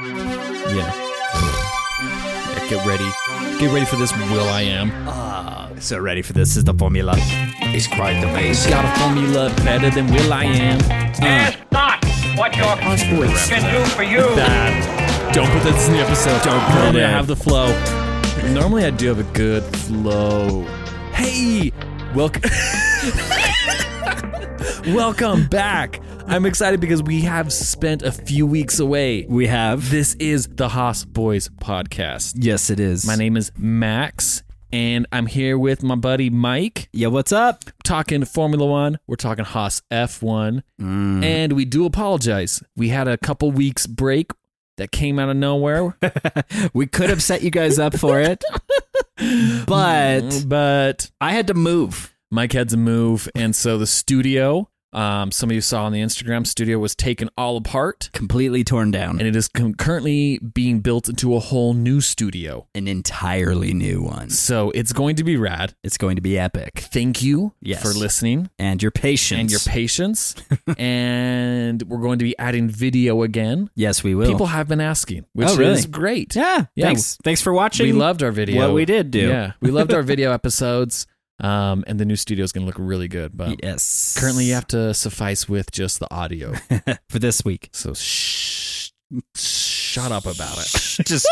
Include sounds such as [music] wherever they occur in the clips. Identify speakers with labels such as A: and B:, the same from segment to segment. A: Yeah. Yeah, Get ready. Get ready for this, Will I Am.
B: So ready for this is the formula.
C: It's quite the basic.
A: Got a formula better than Will I Am. Uh,
D: Ask not what your conscience can do for you.
A: that. Don't put this in the episode. Don't
B: put
A: Normally
B: it
A: I
B: in.
A: have the flow. Normally I do have a good flow. Hey, welcome. [laughs] welcome back. I'm excited because we have spent a few weeks away.
B: We have
A: This is the Haas Boys podcast.
B: Yes, it is.
A: My name is Max, and I'm here with my buddy Mike.
B: Yeah, what's up?
A: talking Formula One, we're talking Haas F1, and we do apologize. We had a couple weeks break that came out of nowhere,
B: We could have set you guys up
A: [laughs]
B: for it. but
A: but
B: I had to move.
A: Mike had to move, and so the studio, um, some of you saw on the Instagram studio, was taken all apart,
B: Completely torn down.
A: and it is con- currently being built into a whole new studio.
B: An entirely new one.
A: So it's going to be rad.
B: It's going to be epic.
A: Thank you
B: Yes.
A: for listening.
B: And your patience.
A: And your
B: [laughs]
A: patience, and we're going to be adding video again.
B: yes, we will.
A: People have been asking, which
B: Oh, really?
A: is great.
B: yeah,
A: Yeah.
B: Thanks. Thanks for watching.
A: we loved our video.
B: what we did do.
A: Yeah, we loved
B: [laughs]
A: our video episodes. Um, and the new studio is going to look really good. But
B: Yes.
A: currently, you have to suffice with just the audio.
B: [laughs] for this week.
A: So [laughs] shh, shut up about
B: [laughs]
A: it.
B: Just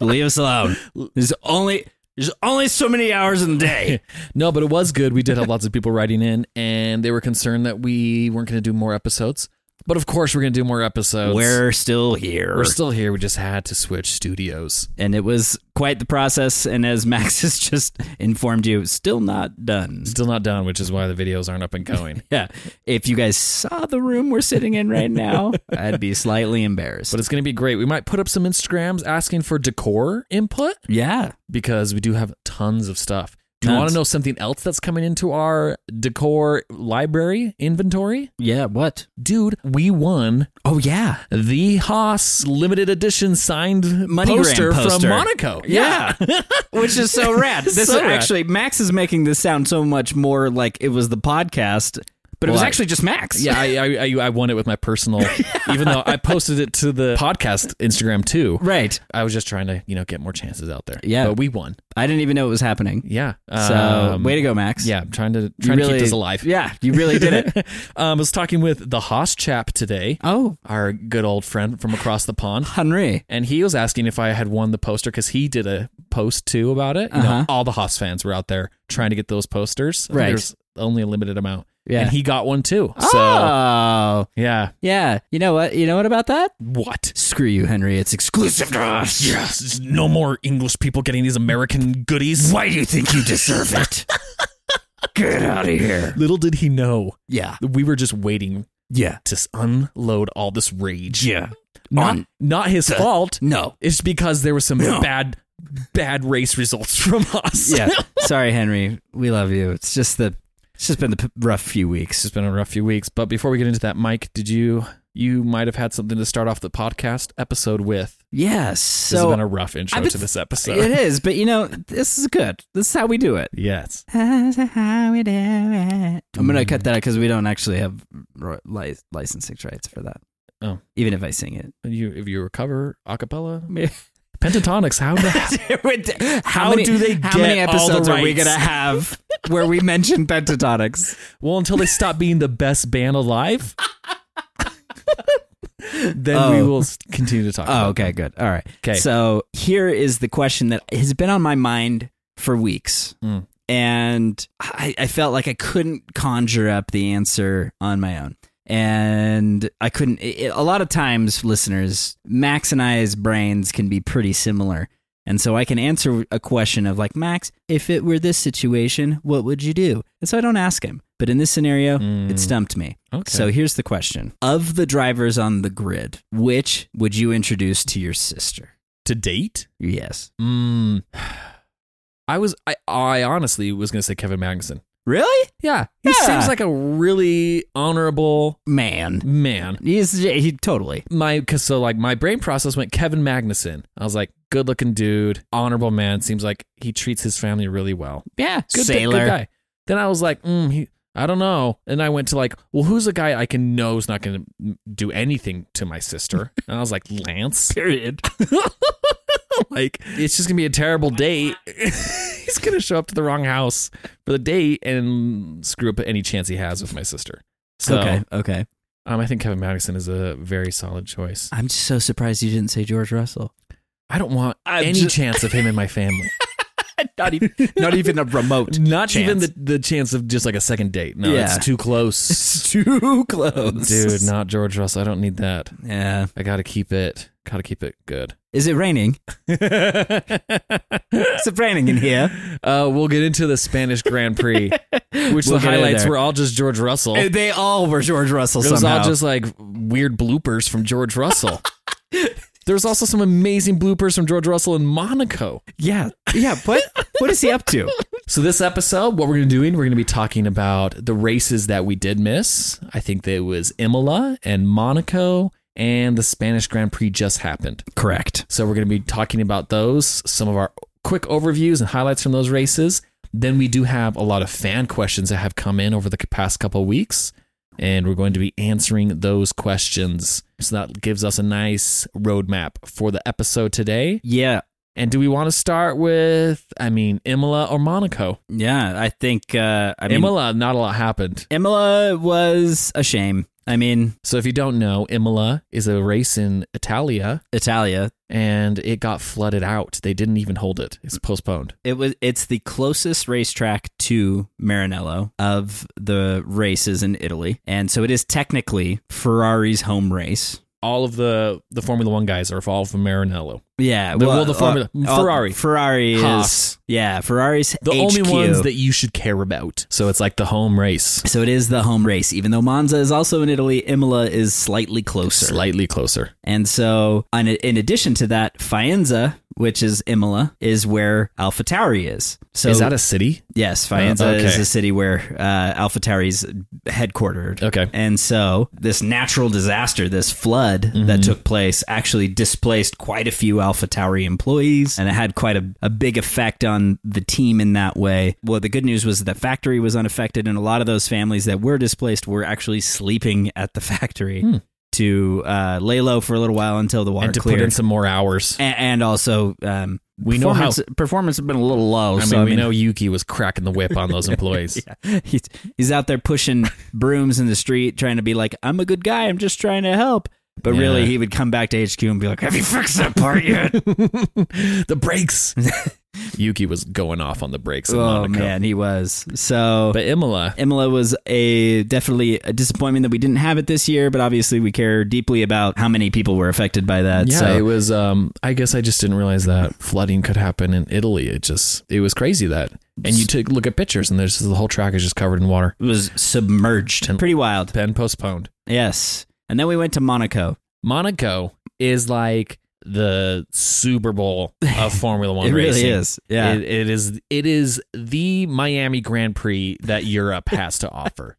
B: leave us
A: [laughs]
B: alone. There's only there's only so many hours in the
A: [laughs]
B: day.
A: No, but it was good. We did have lots of people writing in, and they were concerned that we weren't going to do more episodes. But of course, we're going to do more episodes.
B: We're still here.
A: we're still here. We just had to switch studios.
B: and it was quite the process. And as Max [laughs] has just informed you, still not done.
A: Still not done, which is why the videos aren't up and
B: [laughs]
A: going.
B: Yeah. If you guys saw the room we're sitting in
A: [laughs]
B: right now, I'd be slightly embarrassed.
A: But it's going to be great. We might put up some Instagrams asking for decor input.
B: yeah.
A: because we do have tons of stuff. Do you
B: Tons.
A: want to know something else that's coming into our decor library inventory?
B: Yeah. What?
A: Dude, we won
B: Oh, yeah.
A: the Haas limited edition signed
B: Moneygram
A: poster,
B: poster.
A: from Monaco.
B: Yeah. [laughs] Which
A: [laughs]
B: is so rad. This
A: So
B: is
A: rad.
B: actually, Max is making this sound so much more like it was the podcast, but it was
A: Well, I-
B: actually just Max.
A: Yeah, I, I, I, I won it with my
B: [laughs]
A: personal, even though I posted it to the podcast Instagram too.
B: Right.
A: I was just trying to, you know, get more chances out there.
B: Yeah.
A: But we won.
B: I didn't even know it was happening.
A: Yeah.
B: So,
A: Um,
B: way to go, Max.
A: Yeah, I'm trying to,
B: You
A: trying to
B: really-
A: keep this alive.
B: Yeah. You really did it.
A: [laughs] um, I was talking with the Haas chap today.
B: Oh,
A: our good old friend from across the pond.
B: Henry.
A: And he was asking if I had won the poster because he did a post too about it. You know,
B: Uh-huh.
A: all the Haas fans were out there trying to get those posters. I think
B: Right.
A: There's only a limited amount.
B: Yeah.
A: And he got one too. So,
B: oh.
A: yeah.
B: Yeah. You know what? You know what about that?
A: What?
B: Screw you, Henry. It's exclusive to us.
A: Yes. there's No more English people getting these American goodies.
B: Why do you think you deserve it? [laughs] Get out of here.
A: Little did he know
B: Yeah.
A: that we were just waiting
B: Yeah.
A: to s- unload all this rage.
B: Yeah.
A: Not,
B: On
A: not his fault.
B: No.
A: It's because there were some
B: No.
A: bad, bad race results from us. [laughs]
B: [laughs] Yeah. Sorry, Henry. We love you. It's just the it's just been the p- rough few
A: It's
B: weeks.
A: been a rough few weeks, but before we get into that, Mike, did you you might have had something to start off the podcast episode with?
B: Yes.
A: This has
B: So
A: been a rough intro
B: I've been-
A: to this [laughs] episode.
B: it is, but you know, this is good. This is how we do it.
A: yes,
B: This is how we do it. I'm gonna cut that out because we don't actually have ro- li- licensing rights for that.
A: Oh.
B: even if I sing it,
A: you if you recover acapella,
B: Yeah.
A: pentatonics. How
B: [laughs]
A: the
B: how,
A: How
B: many,
A: do they
B: How many
A: get all the
B: episodes are we
A: rights?
B: gonna have [laughs] where we mention pentatonics?
A: well until they stop being the best band alive,
B: [laughs]
A: then we
B: Oh.
A: will s- continue to talk.
B: Oh,
A: about
B: okay, good. All right.
A: 'Kay.
B: So here is the question that has been on my mind for weeks.
A: Mm.
B: And I, I felt like I couldn't conjure up the answer on my own. And I couldn't. It, it- a lot of times, listeners, Max and I's brains can be pretty similar. And so I can answer a question of, like, Max, if it were this situation, what would you do? And so I don't ask him. But in this scenario, it stumped me.
A: Hmm. Okay.
B: So here's the question Of the drivers on the grid, which would you introduce to your sister?
A: to date.
B: Yes.
A: Mm, [sighs] I was I, I honestly was going to say Kevin Magnuson.
B: Really?
A: Yeah, he
B: Yeah.
A: seems like a really honorable
B: Man.
A: man.
B: He's he totally.
A: my cause so like my brain process went Kevin Magnuson. I was like, good looking dude, honorable man. Seems like he treats his family really well.
B: Yeah.
A: Good,
B: Sailor.
A: good guy. Then I was like, mm, he, I don't know. And I went to like, well, who's a guy I can know is not going to do anything to my
B: [laughs]
A: sister? And I was like, Lance.
B: Period.
A: like, it's just going to be a terrible date. [laughs] He's going to show up to the wrong house for the date and screw up any chance he has with my sister. So
B: Okay. Okay.
A: um, I think Kevin Madison is a very solid choice.
B: I'm just so surprised you didn't say George Russell.
A: I don't want
B: I'm
A: any
B: just-
A: chance of him in my family.
B: [laughs] not even not even a [laughs]
A: [laughs]
B: remote.
A: Not
B: chance.
A: even the, the chance of just like a second date. No,
B: Yeah.
A: [laughs] it's too close.
B: Too close,
A: Dude, not George Russell. I don't need that.
B: Yeah.
A: I gotta keep it. Gotta keep it good.
B: Is it [laughs] raining? Is it raining in here?
A: uh, we'll get into the Spanish Grand [laughs] Prix, which
B: We'll
A: the
B: get in
A: highlights
B: there.
A: were all just George Russell.
B: Uh,
A: It
B: They all were George Russell
A: was
B: somehow.
A: all just like weird bloopers from George [laughs] Russell. there was also some amazing bloopers from George Russell in Monaco.
B: yeah, yeah. What what is he up to?
A: So this episode, what we're going to be doing, we're going to be talking about the races that we did miss. I think that it was Imola and Monaco and the Spanish Grand Prix just happened.
B: [laughs] Correct.
A: So we're going to be talking about those, some of our quick overviews and highlights from those races. Then we do have a lot of fan questions that have come in over the past couple of weeks, and we're going to be answering those questions. So that gives us a nice roadmap for the episode today.
B: Yeah,
A: And do we want to start with, I mean, Imola or Monaco?
B: yeah. I think uh, I mean
A: Imola, not a lot happened.
B: Imola was a shame. I mean
A: So if you don't know, Imola is a race in Italia,
B: Italia.
A: and it got flooded out. They didn't even hold it. It's postponed.
B: It was it's the closest racetrack to Maranello of the races in Italy, and so it is technically Ferrari's home race.
A: all of the the Formula One guys are all from Maranello.
B: Yeah, uh,
A: The- well, the Formula- Ferrari.
B: Ferrari is
A: Haas.
B: yeah, Ferrari's
A: The
B: HQ.
A: only ones that you should care about. So it's like the home race,
B: So it is the home race, even though Monza is also in Italy. Imola is slightly closer,
A: slightly closer.
B: and so in, in addition to that, Faenza, which is Imola, is where AlphaTauri is. So
A: Is that a city?
B: yes, Faenza
A: Uh, okay.
B: is a city where uh, AlphaTauri's headquartered.
A: Okay.
B: And so this natural disaster, this flood that
A: Mm-hmm.
B: took place, actually displaced quite a few Alpha Tauri employees, and it had quite a, a big effect on the team in that way. Well, the good news was the factory was unaffected, and a lot of those families that were displaced were actually sleeping at the [laughs] factory to uh, lay low for a little while until the water
A: Hmm. and to
B: cleared.
A: put in some more hours.
B: [laughs] A- and, also, um,
A: We know how-
B: performance- performance has been a little low.
A: I mean,
B: so I
A: we
B: mean,
A: know Yuki was cracking the whip on
B: [laughs]
A: those employees.
B: yeah. He's, he's out there pushing brooms in the street, trying to be like, I'm a good guy. I'm just trying to help. But
A: Yeah.
B: really, he would come back to HQ and be like, Have you fixed that part [laughs] yet?
A: the
B: [laughs]
A: brakes. Yuki was going off on the brakes. In
B: oh,
A: Monaco.
B: man, he was. So.
A: But Imola,
B: Imola was a definitely a disappointment that we didn't have it this year, but obviously we care deeply about how many people were affected by that.
A: yeah,
B: so
A: it was. Um, I guess I just didn't realize that flooding could happen in Italy. It just, it was crazy that. And you took look at pictures, and there's the whole track is just covered in water.
B: it was submerged.
A: And-
B: Pretty wild.
A: Then postponed.
B: Yes. And then we went to Monaco.
A: Monaco is like the Super Bowl
B: [laughs]
A: of Formula One
B: it really
A: racing.
B: is. Yeah. [laughs]
A: It, it is. It is the Miami Grand Prix that Europe has to offer.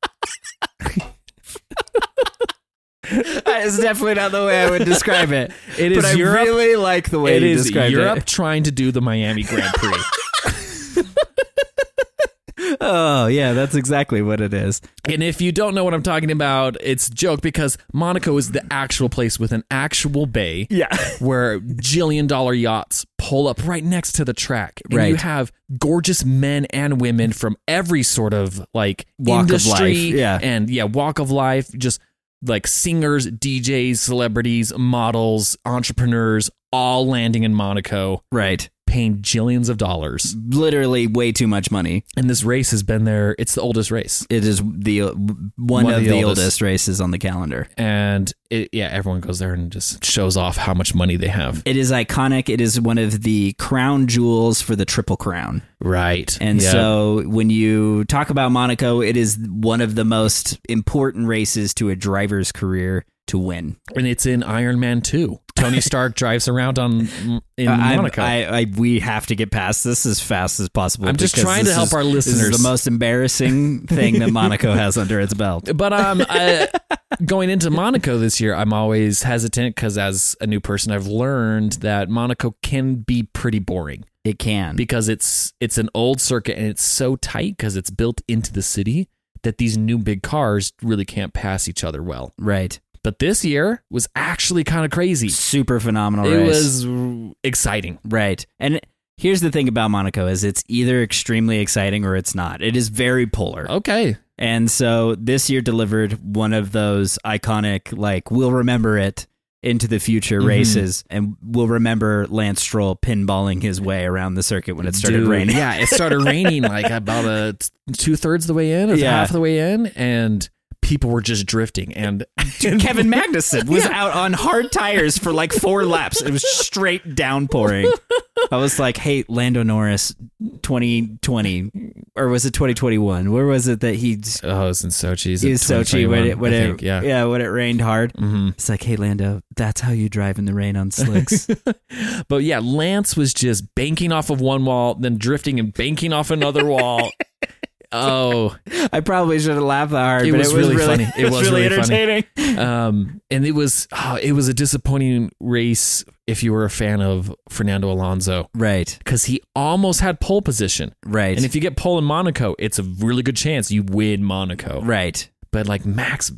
B: that is definitely not the way I [laughs] would describe it.
A: It
B: but
A: is
B: I
A: Europe.
B: really like [laughs] the way
A: it
B: you
A: is
B: described
A: Europe
B: it.
A: trying to do the Miami Grand
B: [laughs]
A: Prix.
B: Oh yeah, that's exactly what it is.
A: and if you don't know what I'm talking about, it's a joke because Monaco is the actual place with an actual bay.
B: Yeah.
A: where jillion dollar yachts pull up right next to the track. And you
B: Right.
A: have gorgeous men and women from every sort of like
B: Walk of
A: industry
B: life, yeah.
A: and yeah, walk of life, just like singers, DJs, celebrities, models, entrepreneurs, all landing in Monaco,
B: Right.
A: paying jillions of dollars.
B: Literally way too much money.
A: And this race has been there, it's the oldest race.
B: It is the uh, one, of the, oldest. races on the calendar.
A: And it, yeah, everyone goes there and just shows off how much money they have.
B: It is iconic. It is one of the crown jewels for the Triple Crown.
A: Right.
B: And
A: Yeah.
B: so when you talk about Monaco, it is one of the most important races to a driver's career to win.
A: and it's in Iron Man 2. Tony Stark drives around on in
B: I-
A: Monaco.
B: Uh, I, I, we have to get past this as fast as possible.
A: I'm just
B: because
A: trying to
B: this
A: help
B: is-
A: our
B: This
A: listeners.
B: is the most embarrassing
A: [laughs]
B: thing that Monaco has under its belt.
A: but um, I, going into Monaco this year, I'm always hesitant because as a new person, I've learned that Monaco can be pretty boring
B: It can.
A: because it's it's an old circuit and it's so tight because it's built into the city that these new big cars really can't pass each other well.
B: Right.
A: But this year was actually kind of crazy.
B: Super phenomenal
A: It
B: race.
A: was r- exciting.
B: Right. And here's the thing about Monaco is it's either extremely exciting or it's not. It is very polar.
A: Okay.
B: And so this year delivered one of those iconic like we'll remember it into the future
A: Mm-hmm.
B: races and we'll remember Lance Stroll pinballing his way around the circuit when it started
A: Dude,
B: raining.
A: Yeah, it started raining [laughs] like about a two thirds of the way in, or
B: Yeah.
A: half of the way in, and people were just drifting. And [laughs]
B: Kevin Magnuson was out on hard tires for like four laps. It was straight downpouring. I was like, "Hey, Lando Norris, 2020, or was it 2021? Where was it that he
A: oh, it was in Sochi. Is
B: he was Sochi when it when it
A: yeah.
B: yeah when it rained hard?"
A: Mhm.
B: It's like, "Hey, Lando, that's how you drive in the rain
A: [laughs]
B: on slicks."
A: But yeah, Lance was just banking off of one wall, then drifting and banking off another [laughs] wall. oh,
B: I probably should have laughed that hard,
A: It
B: but
A: was
B: it was
A: really funny.
B: [laughs] It, was, really,
A: funny.
B: entertaining.
A: um, and it was oh, it was a disappointing race if you were a fan of Fernando Alonso
B: Right,
A: because he almost had pole position.
B: right,
A: And if you get pole in Monaco, it's a really good chance you win Monaco.
B: right.
A: But like Max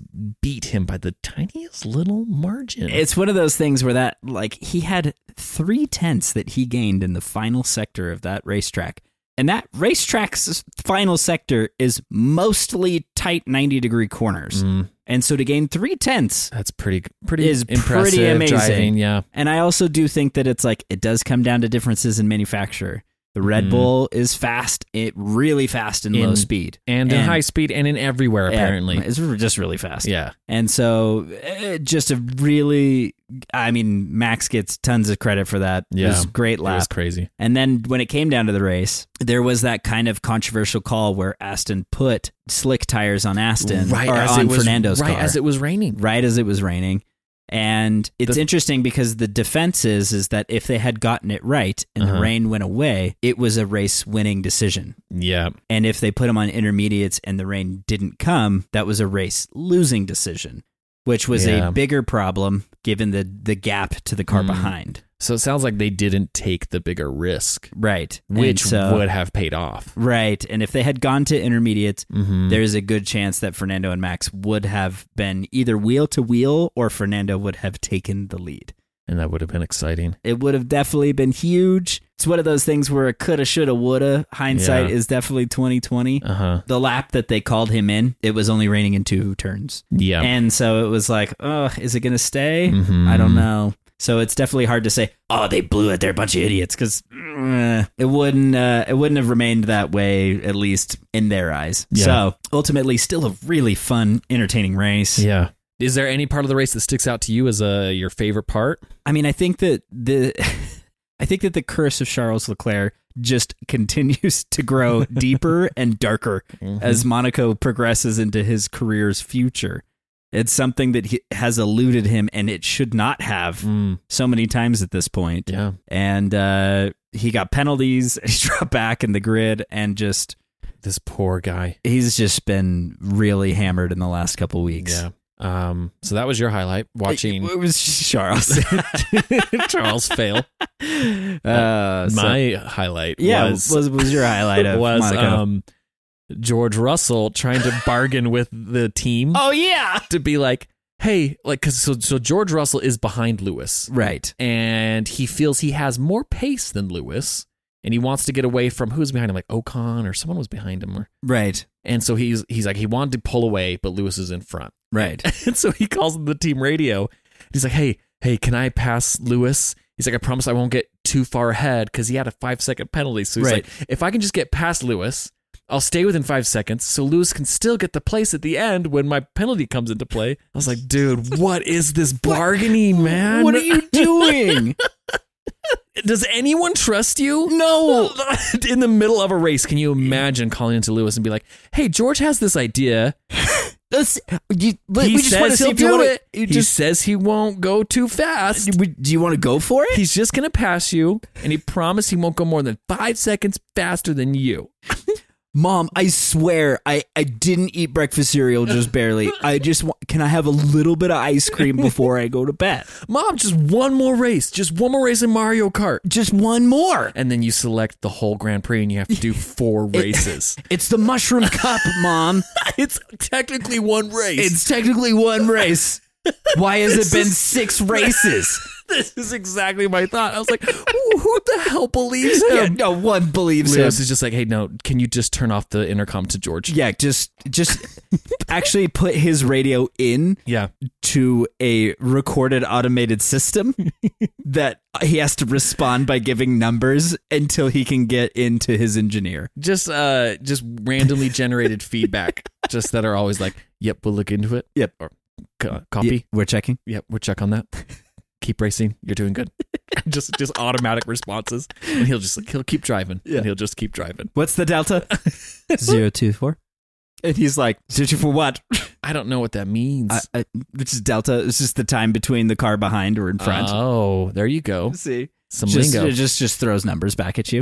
A: beat him by the tiniest little margin.
B: It's one of those things where that like he had three tenths that he gained in the final sector of that racetrack. And that racetrack's final sector is mostly tight 90 degree corners.
A: Mm,
B: And so to gain three tenths,
A: that's pretty pretty
B: Is pretty
A: impressive
B: amazing.
A: driving, yeah.
B: and I also do think that it's like it does come down to differences in manufacture. The Red
A: Mm.
B: Bull is fast, it really fast in, low
A: In-
B: speed.
A: And, in
B: And-
A: high speed and in everywhere
B: Yeah,
A: apparently.
B: it's just really fast.
A: Yeah.
B: And so, eh, just a really, I mean, Max gets tons of credit for that. It
A: Yeah.
B: was a great
A: That was
B: lap.
A: crazy.
B: And then when it came down to the race, there was that kind of controversial call where Aston put slick tires on Aston or on Fernando's
A: right
B: car,
A: as it was raining.
B: right as it was raining. And it's
A: The-
B: interesting because the defense is is that if they had gotten it right and the
A: Uh-huh.
B: rain went away, it was a race winning decision.
A: Yeah.
B: And if they put him on intermediates and the rain didn't come, that was a race losing decision, which was
A: Yeah.
B: a bigger problem given the, the gap to the car
A: Mm.
B: behind.
A: So it sounds like they didn't take the bigger risk,
B: Right. And
A: which
B: so-
A: would have paid off.
B: Right. And if they had gone to intermediates,
A: Mm-hmm.
B: there's a good chance that Fernando and Max would have been either wheel to wheel or Fernando would have taken the lead.
A: And that would have been exciting.
B: It would have definitely been huge. It's one of those things where a coulda, shoulda, woulda. Hindsight
A: Yeah.
B: is definitely twenty twenty.
A: Uh huh.
B: The lap that they called him in, it was only raining in two turns.
A: Yeah.
B: And so it was like, oh, is it going to stay?
A: Mhm.
B: I don't know. So it's definitely hard to say. Oh, they blew it. They're a bunch of idiots because it wouldn't uh, it wouldn't have remained that way at least in their eyes.
A: Yeah.
B: So ultimately, still a really fun, entertaining race.
A: yeah. Is there any part of the race that sticks out to you as uh, your favorite part?
B: I mean, I think that the [laughs] I think that the curse of Charles Leclerc just [laughs] continues
A: [laughs]
B: to grow deeper and darker
A: Mm-hmm.
B: as Monaco progresses into his career's future. It's something that he has eluded him, and it should not have
A: Mm,
B: so many times at this point.
A: yeah.
B: And uh, he got penalties. [laughs] He dropped back in the grid, and just
A: This poor guy.
B: he's just been really hammered in the last couple weeks.
A: Yeah. Um, so that was your highlight watching
B: It, it was Charles.
A: [laughs] Charles
B: [laughs]
A: fail.
B: Uh, so-
A: My highlight
B: yeah
A: was,
B: was, was your highlight
A: [laughs]
B: of
A: was,
B: Monaco.
A: um, George Russell trying to bargain with the team
B: oh yeah,
A: to be like, hey, like, cause so, so George Russell is behind Lewis
B: right.
A: and he feels he has more pace than Lewis and he wants to get away from who's behind him, like Ocon or someone was behind him. Or,
B: Right.
A: and so he's, he's like, he wanted to pull away, but Lewis is in front.
B: Right.
A: [laughs] And so he calls the team radio. He's like, "Hey, hey, can I pass Lewis?" He's like, "I promise I won't get too far ahead because he had a five second penalty." So he's
B: Right.
A: like, "If I can just get past Lewis, I'll stay within five seconds, so Lewis can still get the place at the end when my penalty comes into play." I was like, "Dude, what is
B: [laughs]
A: this bargaining, man?
B: What are you doing?
A: [laughs] Does anyone trust you?" No. [laughs] in the middle of a race, can you imagine calling into Lewis and be like, "Hey, George has this idea."
B: Let's, you,
A: he
B: we just wanna
A: says
B: see
A: he'll
B: if you
A: do
B: wanna-
A: it.
B: you
A: he
B: just-
A: says he won't go too fast.
B: we- do you want to go for it?
A: He's just gonna pass you, and he promised he won't go more than five seconds faster than you.
B: Mom, I swear I, I didn't eat breakfast
A: [laughs]
B: cereal just barely. I just want, can I have a little bit of ice cream before I go to bed?
A: Mom, just one more race. Just one more race in Mario Kart.
B: Just one more.
A: And then you select the whole Grand Prix and you have to do [laughs] four races.
B: It's the mushroom cup, mom.
A: it's technically one [laughs] race.
B: It's technically one race. Why has it been six races?
A: [laughs] [laughs] this is exactly my thought. I was like, "Who- who the hell [laughs] believes him?
B: Yeah, no one believes him.
A: Lewis is just like, hey, no, can you just turn off the intercom to George?
B: Yeah, just just actually put his radio in
A: Yeah.
B: to a recorded automated system that he has to respond by giving numbers until he can get into his engineer.
A: Just uh just randomly [laughs] generated feedback just that are always like, yep, we'll look into it.
B: Yep.
A: Or co- copy.
B: Yeah, we're checking.
A: Yep, we'll check
B: [laughs]
A: on that. keep racing. You're doing good. just just automatic responses. And he'll just like he'll keep driving.
B: Yeah.
A: And he'll just keep driving.
B: What's the [laughs] delta? Zero two four. And he's like, zero two four what?
A: I don't know what that means.
B: I, I, which is delta. It's just the time between the car behind or in front.
A: Oh, there you go.
B: Uh, See,
A: Some
B: just,
A: lingo.
B: It just just throws numbers back at you. [laughs]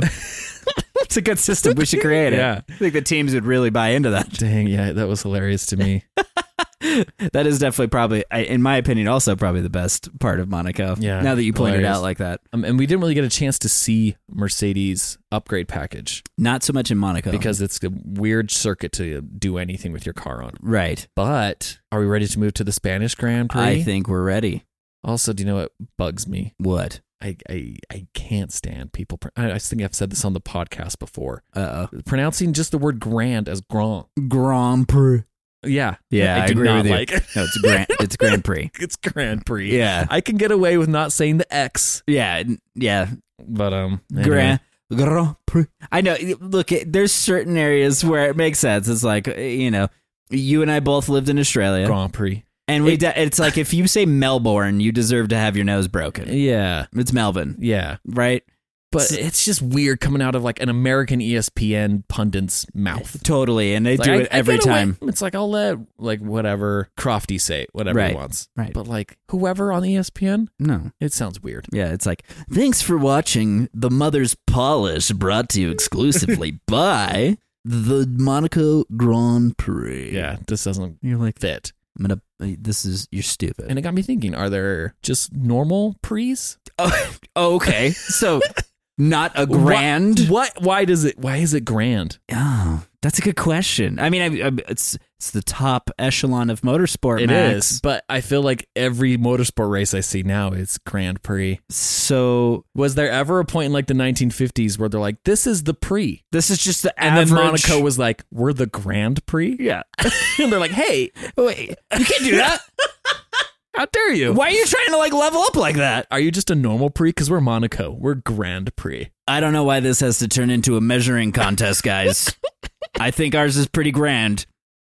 B: it's a good system. We should create it.
A: Yeah.
B: I think the teams would really buy into that.
A: Dang, yeah, that was hilarious to
B: [laughs]
A: me.
B: That is definitely probably, I- in my opinion, also probably the best part of Monaco.
A: Yeah,
B: Now that you pointed
A: hilarious.
B: out like that,
A: Um, and we didn't really get a chance to see Mercedes upgrade package
B: not so much in Monaco
A: because it's a weird circuit to do anything with your car on.
B: right.
A: But are we ready to move to the Spanish Grand Prix?
B: I think we're ready.
A: Also, do you know what bugs me?
B: What?
A: I I, I can't stand people. Pr- I, I think I've said this on the podcast before.
B: Uh
A: Pronouncing just the word grand as grand.
B: oh. Grand Prix.
A: Yeah.
B: Yeah,
A: I,
B: I
A: do
B: agree
A: not
B: with you.
A: like it. [laughs]
B: No, it's Grand. it's Grand Prix.
A: It's Grand Prix.
B: Yeah.
A: I can get away with not saying the X,
B: Yeah. n- Yeah.
A: but um anyway.
B: Grand. Grand Prix. I know. Look, it, there's certain areas where it makes sense. It's like uh, you know, you and I both lived in Australia,
A: Grand Prix.
B: and we. de- it's like if you say Melbourne, you deserve to have your nose broken.
A: Yeah.
B: It's Melbourne,
A: Yeah.
B: right?
A: But
B: S-
A: it's just weird coming out of like an American E ESPN pundit's mouth.
B: Totally, and they
A: Like,
B: do
A: I-
B: it
A: I
B: every
A: get away-
B: time.
A: It's like I'll let like whatever Crofty say it, whatever
B: Right.
A: he wants.
B: Right.
A: But like whoever on E ESPN,
B: No.
A: it sounds weird.
B: Yeah, it's like, thanks for watching The Mother's Polish, brought to
A: [laughs]
B: you exclusively by the Monaco Grand Prix.
A: Yeah, this doesn't
B: You're like,
A: fit.
B: I'm gonna, this is, you're stupid.
A: And it got me thinking: Are there just normal prees?
B: oh, [laughs] okay. [laughs] So, not a grand.
A: Why, why? Why does it? Why is it grand?
B: Oh, that's a good question. I mean, I, I, it's, it's the top echelon of motorsport,
A: It is,
B: Max.
A: but I feel like every motorsport race I see now is Grand Prix.
B: So,
A: Was there ever a point in like the 1950s where they're like, "This is the pre,"
B: this is just the
A: and
B: average.
A: then Monaco was like, "We're the Grand Prix."
B: Yeah.
A: [laughs] and they're like, "Hey,
B: Wait, you can't do [laughs] that.
A: how dare you?
B: Why are you trying to, like, level up like that?
A: Are you just a normal pre? Because we're Monaco. We're Grand Prix.
B: I don't know why this has to turn into a measuring contest, [laughs] guys. I think ours is pretty grand.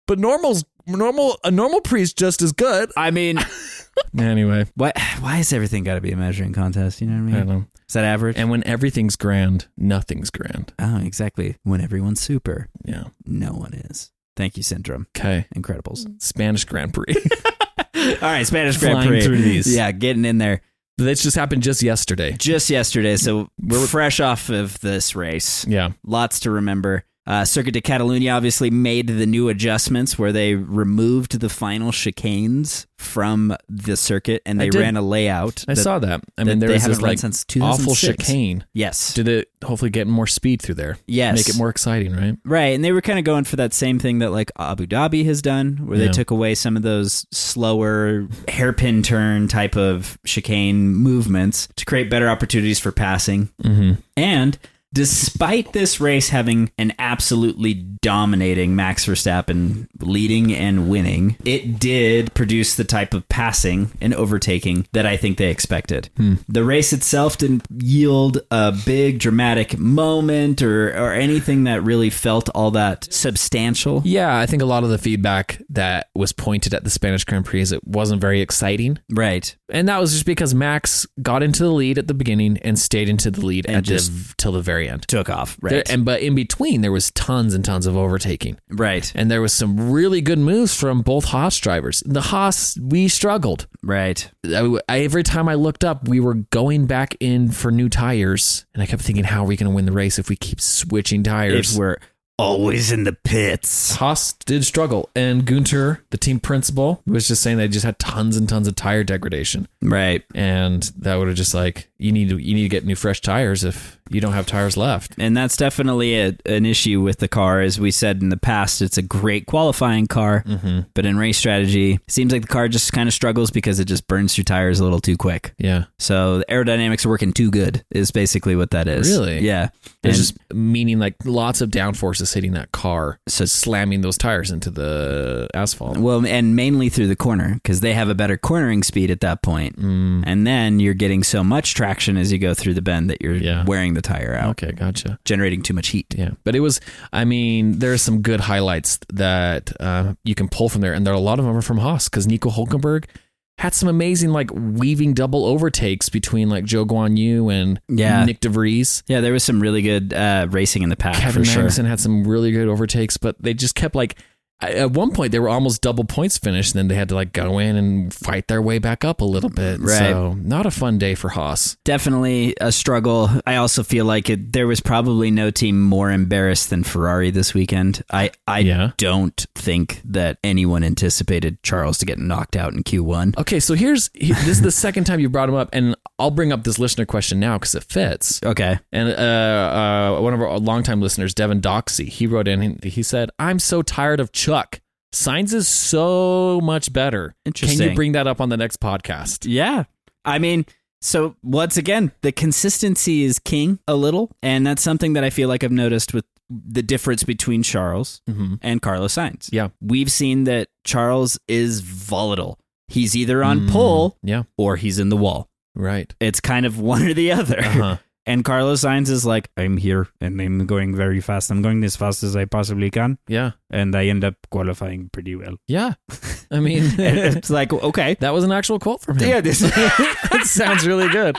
A: But normal's normal. A normal pre is just as good.
B: I mean, [laughs]
A: Anyway,
B: why why has everything got to be a measuring contest? You know
A: I
B: what I
A: don't
B: mean?
A: know.
B: Is that average?
A: And when everything's grand, nothing's grand.
B: oh, exactly. When everyone's super,
A: Yeah.
B: no one is. Thank you, Syndrome.
A: Okay. [laughs]
B: Incredibles.
A: Spanish Grand Prix. [laughs]
B: All right, Spanish Grand
A: Flying
B: Prix.
A: through these.
B: Yeah, getting in there
A: this just happened just yesterday.
B: just yesterday. So we're
A: We're-
B: fresh off of this race.
A: Yeah.
B: lots to remember. Uh, Circuit de Catalunya obviously made the new adjustments where they removed the final chicanes from the circuit and
A: I
B: they
A: did.
B: ran a layout.
A: I
B: that-
A: saw that. I mean,
B: that
A: there
B: they
A: was this
B: haven't run
A: like
B: since
A: awful
B: 2006.
A: chicane.
B: Yes.
A: Did it hopefully get more speed through there?
B: yes.
A: Make it more exciting, right?
B: Right, and they were kind of going for that same thing that like Abu Dhabi has done, where they
A: Yeah.
B: took away some of those slower hairpin turn type of chicane movements to create better opportunities for passing.
A: Mm-hmm.
B: And despite this race having an absolutely dominating Max Verstappen leading and winning, it did produce the type of passing and overtaking that I think they expected.
A: Hmm.
B: The race itself didn't yield a big dramatic moment or, or anything that really felt all that substantial.
A: Yeah, I think a lot of the feedback that was pointed at the Spanish Grand Prix is it wasn't very exciting.
B: Right.
A: And that was just because Max got into the lead at the beginning and stayed into the lead
B: And
A: at the,
B: just-
A: till the very end.
B: Took off.
A: There-
B: Right.
A: and but in between there was tons and tons of overtaking.
B: right.
A: And there was some really good moves from both Haas drivers. The Haas, we struggled.
B: Right.
A: I, I- every time I looked up, we were going back in for new tires, and I kept thinking, how are we going to win the race if we keep switching
B: If
A: tires?
B: we're always in the pits.
A: Haas did struggle, and Gunter, the team principal, was just saying they just had tons and tons of tire degradation,
B: Right.
A: and that would have just like you need to you need to get new fresh tires if you don't have tires left.
B: And that's definitely a, an issue with the car. As we said in the past, it's a great qualifying car,
A: Mm-hmm.
B: but in race strategy, it seems like the car just kind of struggles because it just burns through tires a little too quick.
A: Yeah,
B: So the aerodynamics are working too good is basically what that is.
A: Really?
B: Yeah.
A: it's
B: And-
A: just meaning like lots of downforce is hitting that car, so slamming those tires into the asphalt.
B: Well, and mainly through the corner because they have a better cornering speed at that point. Mm. And then you're getting so much traction as you go through the bend that you're
A: Yeah.
B: wearing the tire out,
A: Okay, gotcha.
B: generating too much heat.
A: Yeah, but it was. I mean, there are some good highlights that uh, you can pull from there, and there are a lot of them are from Haas because Nico Hulkenberg had some amazing like weaving double overtakes between like Joe Guan Yu and
B: Yeah.
A: Nick De Vries.
B: Yeah, there was some really good uh, racing in the pack
A: Kevin
B: for sure.
A: Magnussen had some really good overtakes, but they just kept like at at one point they were almost double points finished, and then they had to like go in and fight their way back up a little bit.
B: Right.
A: So not a fun day for Haas.
B: Definitely a struggle. I also feel like it, there was probably no team more embarrassed than Ferrari this weekend. I, I
A: Yeah.
B: don't think that anyone anticipated Charles to get knocked out in Q1.
A: Okay, so here's he- this is the second time you brought him up, and I'll bring up this listener question now because it fits.
B: Okay.
A: And uh, uh, one of our longtime listeners, Devin Doxy, he wrote in. and He said, "I'm so tired of Chuck. Signs is so much better. Can
B: Interesting.
A: you bring that up on the next podcast?
B: Yeah. I mean, so once again, the consistency is king a little. And that's something that I feel like I've noticed with the difference between Charles
A: Mm-hmm.
B: and Carlos Sainz.
A: Yeah.
B: We've seen that Charles is volatile. He's either on
A: Mm.
B: pole
A: Yeah,
B: or he's in the wall.
A: right.
B: It's kind of [laughs] one or the other.
A: Uh-huh.
B: And Carlos Sainz is like, I'm here and I'm going very fast. I'm going as fast as I possibly can.
A: Yeah,
B: And I end up qualifying pretty well. [laughs]
A: [laughs] yeah. I mean,
B: And
A: [laughs]
B: it's like, okay.
A: that was an actual quote from him.
B: Yeah, this, [laughs]
A: it sounds really [laughs] good.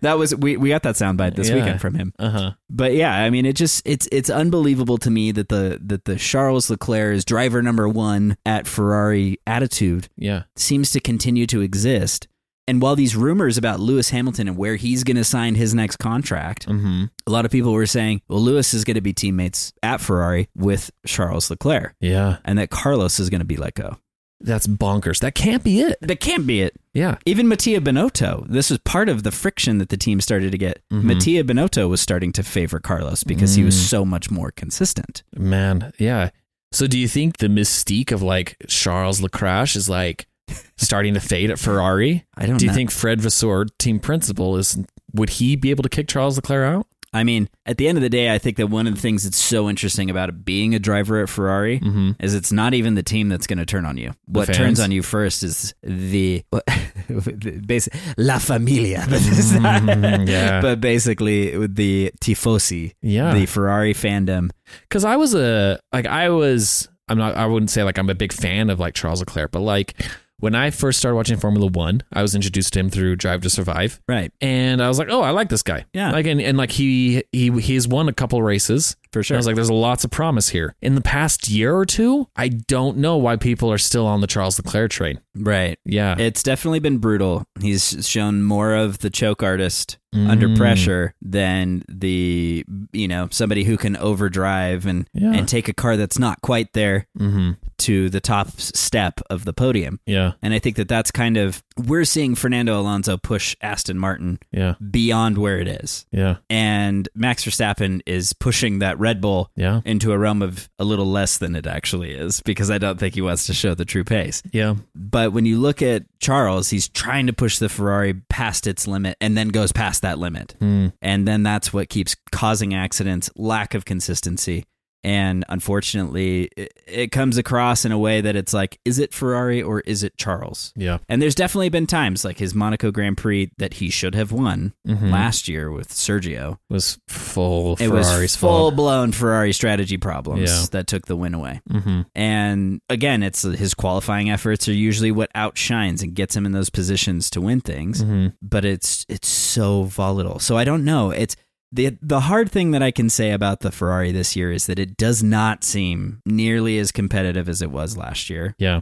B: that was we, we got that soundbite this
A: Yeah.
B: weekend from him.
A: Uh huh.
B: But yeah, I mean, it just it's it's unbelievable to me that the that the Charles Leclerc is driver number one at Ferrari attitude
A: Yeah.
B: seems to continue to exist. And while these rumors about Lewis Hamilton and where he's going to sign his next contract,
A: Mm-hmm.
B: a lot of people were saying, well, Lewis is going to be teammates at Ferrari with Charles Leclerc,
A: Yeah.
B: and that Carlos is going to be let go.
A: That's bonkers. That can't be it.
B: That can't be it.
A: Yeah.
B: Even Mattia Benotto, this was part of the friction that the team started to get. Mattia Benotto was starting to favor Carlos because he was so much more consistent.
A: Man, yeah. So do you think the mystique of like Charles Lecrache is like starting to fade at Ferrari?
B: I don't
A: Do you
B: know.
A: think Fred Vasseur, team principal, is would he be able to kick Charles Leclerc out?
B: I mean, at the end of the day, I think that one of the things that's so interesting about being a driver at Ferrari is it's not even the team that's going to turn on you. What
A: Mm-hmm. fans?
B: turns on you first is the, [laughs] the basi- la familia, [laughs] but, it's not-
A: Mm-hmm.
B: [laughs]
A: yeah.
B: but basically with the tifosi,
A: Yeah.
B: the Ferrari fandom.
A: Because I was a like I was I'm not I wouldn't say like I'm a big fan of like Charles Leclerc, but like when I first started watching Formula One, I was introduced to him through Drive to Survive.
B: Right.
A: And I was like, oh, I like this guy.
B: Yeah.
A: Like and, and like he he he's won a couple races.
B: For sure.
A: And I was like, there's lots of promise here. In the past year or two, I don't know why people are still on the Charles Leclerc train.
B: Right.
A: Yeah.
B: It's definitely been brutal. He's shown more of the choke artist
A: Mm.
B: under pressure than the you know somebody who can overdrive and
A: Yeah.
B: and take a car that's not quite there
A: mm-hmm.
B: to the top s- step of the podium.
A: Yeah.
B: And I think that that's kind of we're seeing Fernando Alonso push Aston Martin
A: Yeah.
B: beyond where it is.
A: Yeah.
B: And Max Verstappen is pushing that Red Bull
A: Yeah.
B: into a realm of a little less than it actually is because I don't think he wants to show the true pace.
A: Yeah.
B: But when you look at Charles, he's trying to push the Ferrari past its limit and then goes past that limit.
A: Hmm.
B: And then that's what keeps causing accidents, lack of consistency. And unfortunately, it, it comes across in a way that it's like, is it Ferrari or is it Charles?
A: Yeah.
B: And there's definitely been times like his Monaco Grand Prix that he should have won
A: Mm-hmm.
B: last year with Sergio.
A: was full
B: It
A: Ferrari's
B: was full
A: fault.
B: blown Ferrari strategy problems
A: Yeah.
B: that took the win away.
A: Mm-hmm.
B: And again, it's his qualifying efforts are usually what outshines and gets him in those positions to win things.
A: Mm. Mm-hmm.
B: But it's it's so volatile. So I don't know. It's the the hard thing that I can say about the Ferrari this year is that it does not seem nearly as competitive as it was last year.
A: Yeah.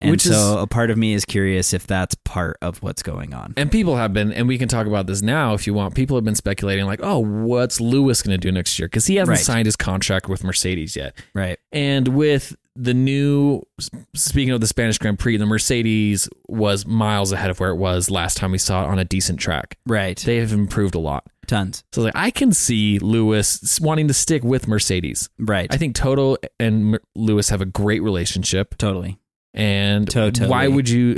B: And
A: Which
B: so
A: is-
B: a part of me is curious if that's part of what's going on.
A: And people have been, and we can talk about this now if you want. People have been speculating, like, oh, what's Lewis going to do next year? Because he hasn't
B: Right.
A: signed his contract with Mercedes yet.
B: Right.
A: And with the new, speaking of the Spanish Grand Prix, the Mercedes was miles ahead of where it was last time we saw it on a decent track.
B: Right.
A: They have improved a lot.
B: Tons.
A: So like, I can see Lewis wanting to stick with Mercedes.
B: Right.
A: I think Toto and M- Lewis have a great relationship.
B: totally.
A: And
B: Totally.
A: why would
B: [laughs]
A: you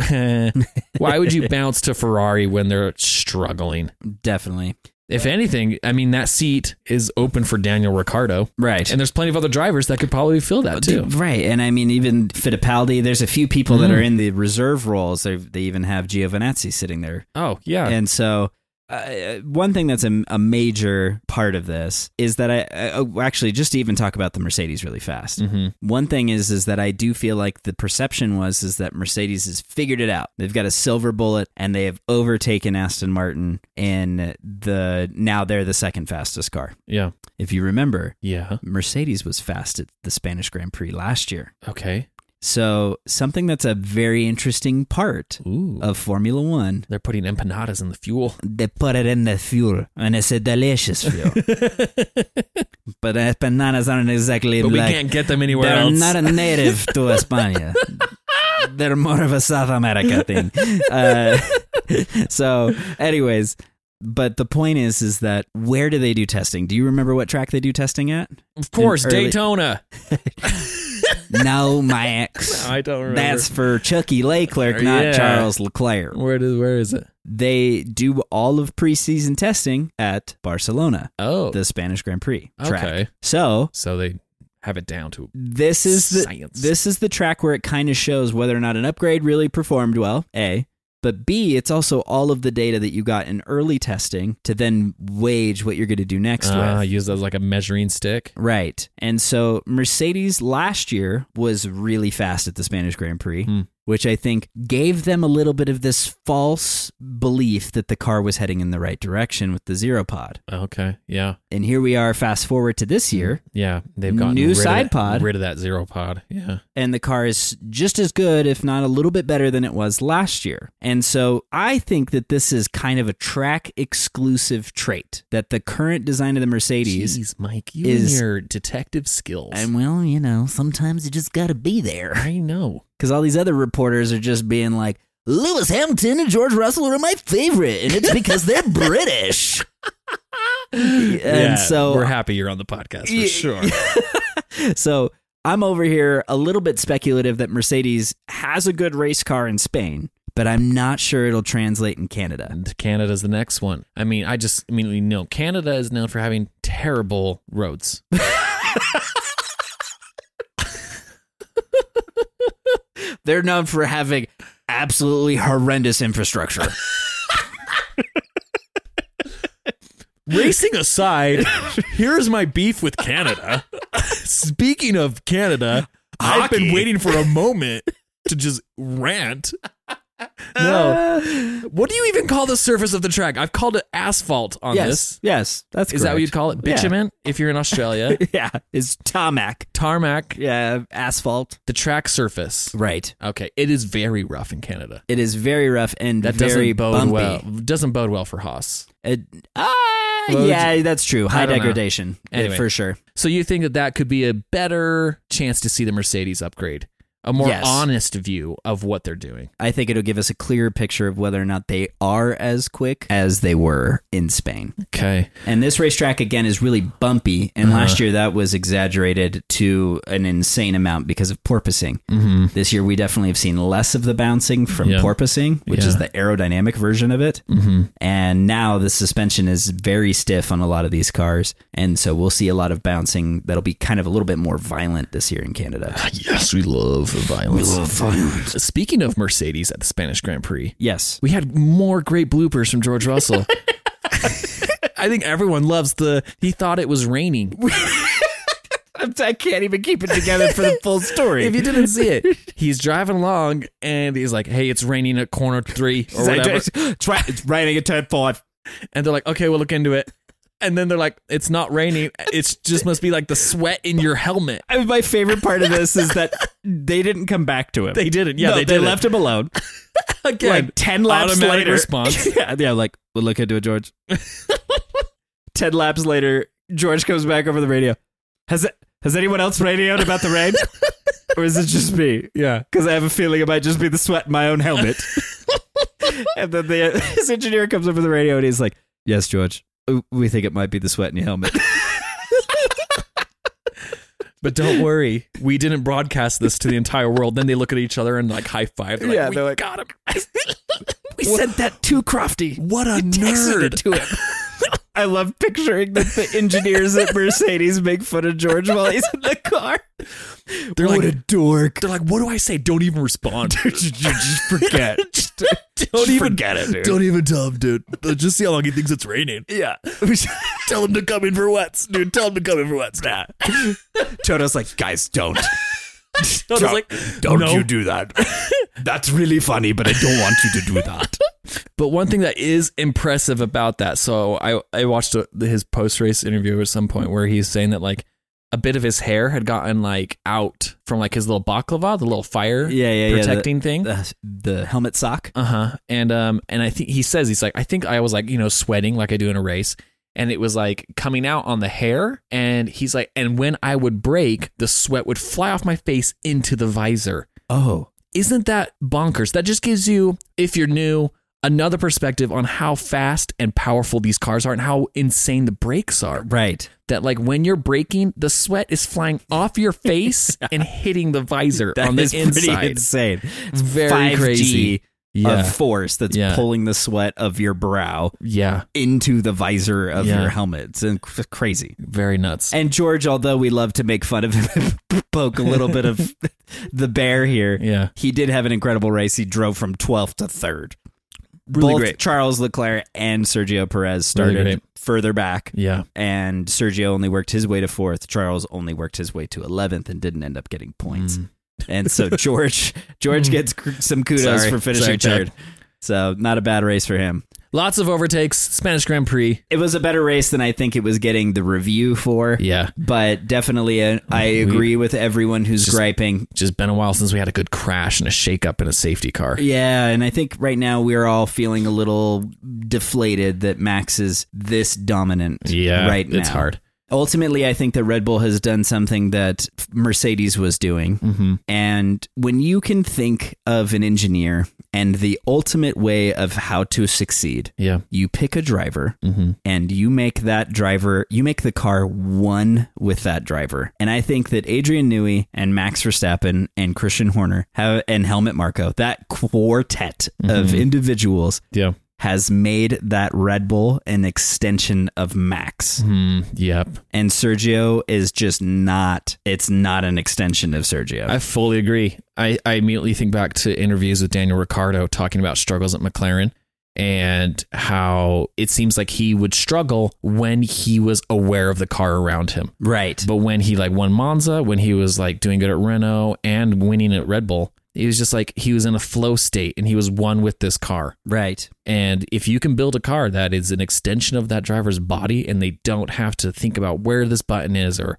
A: [laughs] why would you bounce to Ferrari when they're struggling?
B: Definitely.
A: If anything, I mean that seat is open for Daniel Ricciardo.
B: Right.
A: And there's plenty of other drivers that could probably fill
B: Oh,
A: that too.
B: Right, and I mean even Fittipaldi. There's a few people that are in the reserve roles. They they even have Giovinazzi sitting there,
A: Oh, yeah.
B: and so uh, one thing that's a, a major part of this is that I, I oh, actually just to even talk about the Mercedes really fast.
A: Mhm.
B: One thing is is that I do feel like the perception was is that Mercedes has figured it out. They've got a silver bullet and they have overtaken Aston Martin in the now they're the second fastest car.
A: Yeah.
B: If you remember,
A: Yeah.
B: Mercedes was fast at the Spanish Grand Prix last year.
A: Okay.
B: So, something that's a very interesting part
A: Ooh.
B: of Formula One,
A: They're putting empanadas in the fuel.
B: they put it in the fuel, and it's a
A: [laughs]
B: delicious fuel. but uh, bananas aren't exactly
A: But we
B: like.
A: can't get them anywhere
B: they're
A: else.
B: not a
A: [laughs]
B: native to España. they're more of a South America
A: [laughs]
B: thing. Uh, [laughs] so, anyways. But the point is, is that where do they do testing? Do you remember what track they do testing at?
A: of course,
B: early-
A: Daytona.
B: No,
A: [laughs]
B: Max.
A: I don't remember.
B: That's for Chucky Leclerc, not
A: Yeah.
B: Charles Leclerc.
A: where does where is it?
B: they do all of preseason testing at Barcelona,
A: Oh.
B: the Spanish Grand Prix track.
A: okay.
B: So
A: So they have it down to
B: this is the
A: Science.
B: this is the track where it kind of shows whether or not an upgrade really performed well. A, but B, it's also all of the data that you got in early testing to then wage what you're going to do next
A: uh,
B: with.
A: use that as like a measuring stick.
B: Right. And so Mercedes last year was really fast at the Spanish Grand Prix,
A: Hmm.
B: which I think gave them a little bit of this false belief that the car was heading in the right direction with the zero pod.
A: Okay. Yeah.
B: And here we are, fast forward to this year,
A: Yeah. They've gotten
B: New
A: rid
B: side
A: of that,
B: pod.
A: Rid of that zero pod. Yeah.
B: and the car is just as good, if not a little bit better than it was last year. And so I think that this is kind of a track exclusive trait that the current design of the Mercedes.
A: Jeez, Mike, you
B: is-
A: and your detective skills.
B: And well, you know, sometimes you just got to be there.
A: I know.
B: because all these other reporters are just being like, Lewis Hamilton and George Russell are my favorite, and it's
A: [laughs]
B: because they're British. and
A: Yeah,
B: so,
A: we're happy you're on the podcast for
B: Yeah.
A: [laughs] sure.
B: so I'm over here a little bit speculative that Mercedes has a good race car in Spain, but I'm not sure it'll translate in Canada.
A: And Canada's the next one. I mean, I just immediately know Canada is known for having terrible roads.
B: They're known for having absolutely horrendous infrastructure.
A: [laughs] Racing [laughs] aside, here's my beef with Canada. Speaking of Canada, I've been waiting for a moment to just [laughs] rant. [laughs] No. What do you even call the surface of the track? I've called it asphalt on this.
B: yes, that's
A: Is that what you'd call it?
B: Yeah.
A: Bitumen if you're in
B: [laughs]
A: Australia.
B: Yeah, is tarmac.
A: Tarmac,
B: Yeah, asphalt.
A: the track surface.
B: Right.
A: Okay, it is very rough in Canada.
B: It is very rough and
A: That
B: very
A: doesn't bode
B: bumpy.
A: well. Doesn't bode well for Haas.
B: It, Uh, ah,
A: Well,
B: yeah, that's true. High
A: don't know.
B: degradation, uh,
A: Anyway.
B: for sure.
A: So you think that that could be a better chance to see the Mercedes upgrade, a more
B: Yes.
A: honest view of what they're doing.
B: I think it'll give us a clearer picture of whether or not they are as quick as they were in Spain.
A: Okay.
B: And this racetrack again is really bumpy. And
A: Uh-huh.
B: last year that was exaggerated to an insane amount because of porpoising.
A: Mm-hmm.
B: This year we definitely have seen less of the bouncing from
A: Yeah.
B: porpoising, which is
A: Yeah.
B: the aerodynamic version of it.
A: Mm-hmm.
B: And now the suspension is very stiff on a lot of these cars. And so we'll see a lot of bouncing that'll be kind of a little bit more violent this year
A: [laughs]
B: in Canada.
A: Yes, we love violence.
B: We love violence.
A: Speaking of Mercedes at the Spanish Grand Prix,
B: Yes.
A: we had more great bloopers from George [laughs] Russell. I think everyone loves the. He thought it was [laughs] raining.
B: I can't even keep it together for the
A: [laughs]
B: full story.
A: if you didn't see it, he's driving along and he's like, "Hey, it's raining at corner three or whatever," [laughs]
B: Try, it's raining at turn five.
A: and they're like, "Okay, we'll look into it." And then they're like, it's not raining. It's just must be like the sweat in your helmet.
B: I mean, my favorite part of this is that they didn't come back to him.
A: They didn't. Yeah,
B: No,
A: they
B: they
A: didn't.
B: left him alone.
A: Again,
B: like ten laps
A: automatic
B: later.
A: response.
B: [laughs] yeah, yeah, like we'll look into
A: [laughs]
B: it, George. ten laps later, George comes back over the radio. Has has anyone else radioed about
A: [laughs]
B: the rain, or is it just me?
A: yeah.
B: because I have a feeling it might just be the sweat in my
A: [laughs]
B: own helmet. and then the, [laughs] his engineer comes over the radio and he's like, "Yes, George, we think it might be the sweat in
A: [laughs]
B: your helmet."
A: But don't worry, we didn't broadcast this to the entire world. Then they look at each other and like high five. They're like,
B: Yeah,
A: we
B: they're like-
A: got him. [laughs]
B: [laughs] we sent that to Crofty.
A: What a nerd.
B: to him. [laughs] I love picturing that the engineers at Mercedes make fun of George while he's in the car.
A: They're like,
B: what a dork.
A: they're like, what do I say? Don't even respond.
B: [laughs] just forget.
A: Just- don't even
B: forget it, dude.
A: Don't even tell him, dude. Just see how long he thinks it's raining.
B: yeah.
A: Tell him to come in for wets, dude. Tell him to come in for wets. Nah.
B: [laughs] Toto's like, guys, [laughs] don't.
A: Don't,
B: Don't-
A: like, no.
B: do [laughs] that. That's really funny, but I don't want you to do that.
A: But one thing that is impressive about that, so I I watched a, his post race interview at some point where he's saying that like a bit of his hair had gotten like out from like his little baklava, the little fire
B: [laughs] Yeah, yeah, yeah, the-
A: protecting thing.
B: the, the helmet sock.
A: Uh huh. And um, and I think he says he's like, I think I was like, you know, sweating like I do in a race, and it was like coming out on the hair. And he's like, and when I would break, the sweat would fly off my face into the visor.
B: Oh,
A: Isn't that bonkers? That just gives you, if you're new, another perspective on how fast and powerful these cars are and how insane the brakes are.
B: right.
A: That like when you're braking, the sweat is flying off your
B: [laughs]
A: face and hitting the visor
B: That
A: on the
B: is pretty
A: inside.
B: insane.
A: It's very
B: 5G
A: crazy. Yeah.
B: Of force that's
A: Yeah.
B: pulling the sweat of your brow
A: yeah.
B: into the visor of
A: Yeah.
B: your helmet. It's inc- crazy.
A: Very nuts.
B: And George, although we love to make fun of him, [laughs] poke a little bit of [laughs] the bear here.
A: yeah.
B: He did have an incredible race. He drove from 12th to 3rd.
A: Really
B: Both
A: great.
B: Charles Leclerc and Sergio Perez
A: Really
B: started
A: great.
B: further back.
A: Yeah.
B: and Sergio only worked his way to fourth. Charles only worked his way to eleventh and didn't end up getting points.
A: Mm. [laughs]
B: And so George George gets cr- some kudos
A: Sorry.
B: for
A: Sorry,
B: finishing
A: Chad.
B: third. So not a bad race for him.
A: Lots of overtakes. Spanish Grand Prix.
B: It was a better race than I think it was getting the review for.
A: Yeah.
B: But definitely, uh, I agree with everyone who's griping.
A: Just been a while since we had a good crash and a shakeup in a safety car.
B: Yeah, and I think right now we're all feeling a little deflated that Max is this dominant.
A: Yeah.
B: right now
A: It's hard.
B: Ultimately, I think that Red Bull has done something that Mercedes was doing.
A: Mm-hmm.
B: And when you can think of an engineer and the ultimate way of how to succeed,
A: Yeah.
B: you pick a driver
A: Mm-hmm.
B: and you make that driver, you make the car one with that driver. And I think that Adrian Newey and Max Verstappen and Christian Horner have, and Helmut Marko, that quartet
A: Mm-hmm.
B: of individuals
A: Yeah.
B: has made that Red Bull an extension of Max.
A: Mm, yep.
B: And Sergio is just not, it's not an extension of Sergio.
A: I fully agree. I, I immediately think back to interviews with Daniel Ricciardo talking about struggles at McLaren and how it seems like he would struggle when he was aware of the car around him.
B: right.
A: But when he like won Monza, when he was like doing good at Renault and winning at Red Bull, he was just like he was in a flow state and he was one with this car.
B: Right.
A: And if you can build a car that is an extension of that driver's body and they don't have to think about where this button is or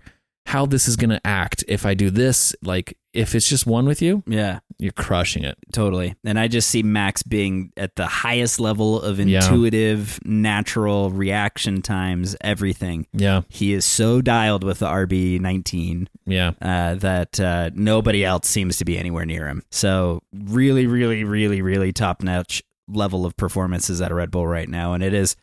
A: how this is going to act if I do this, like if it's just one with you,
B: Yeah,
A: you're crushing it.
B: totally. And I just see Max being at the highest level of
A: Yeah.
B: intuitive, natural reaction times, everything.
A: Yeah.
B: He is so dialed with the RB19
A: Yeah.
B: uh, that uh, nobody else seems to be anywhere near him. So, really, really, really, really top notch level of performances at Red Bull right now. And it is.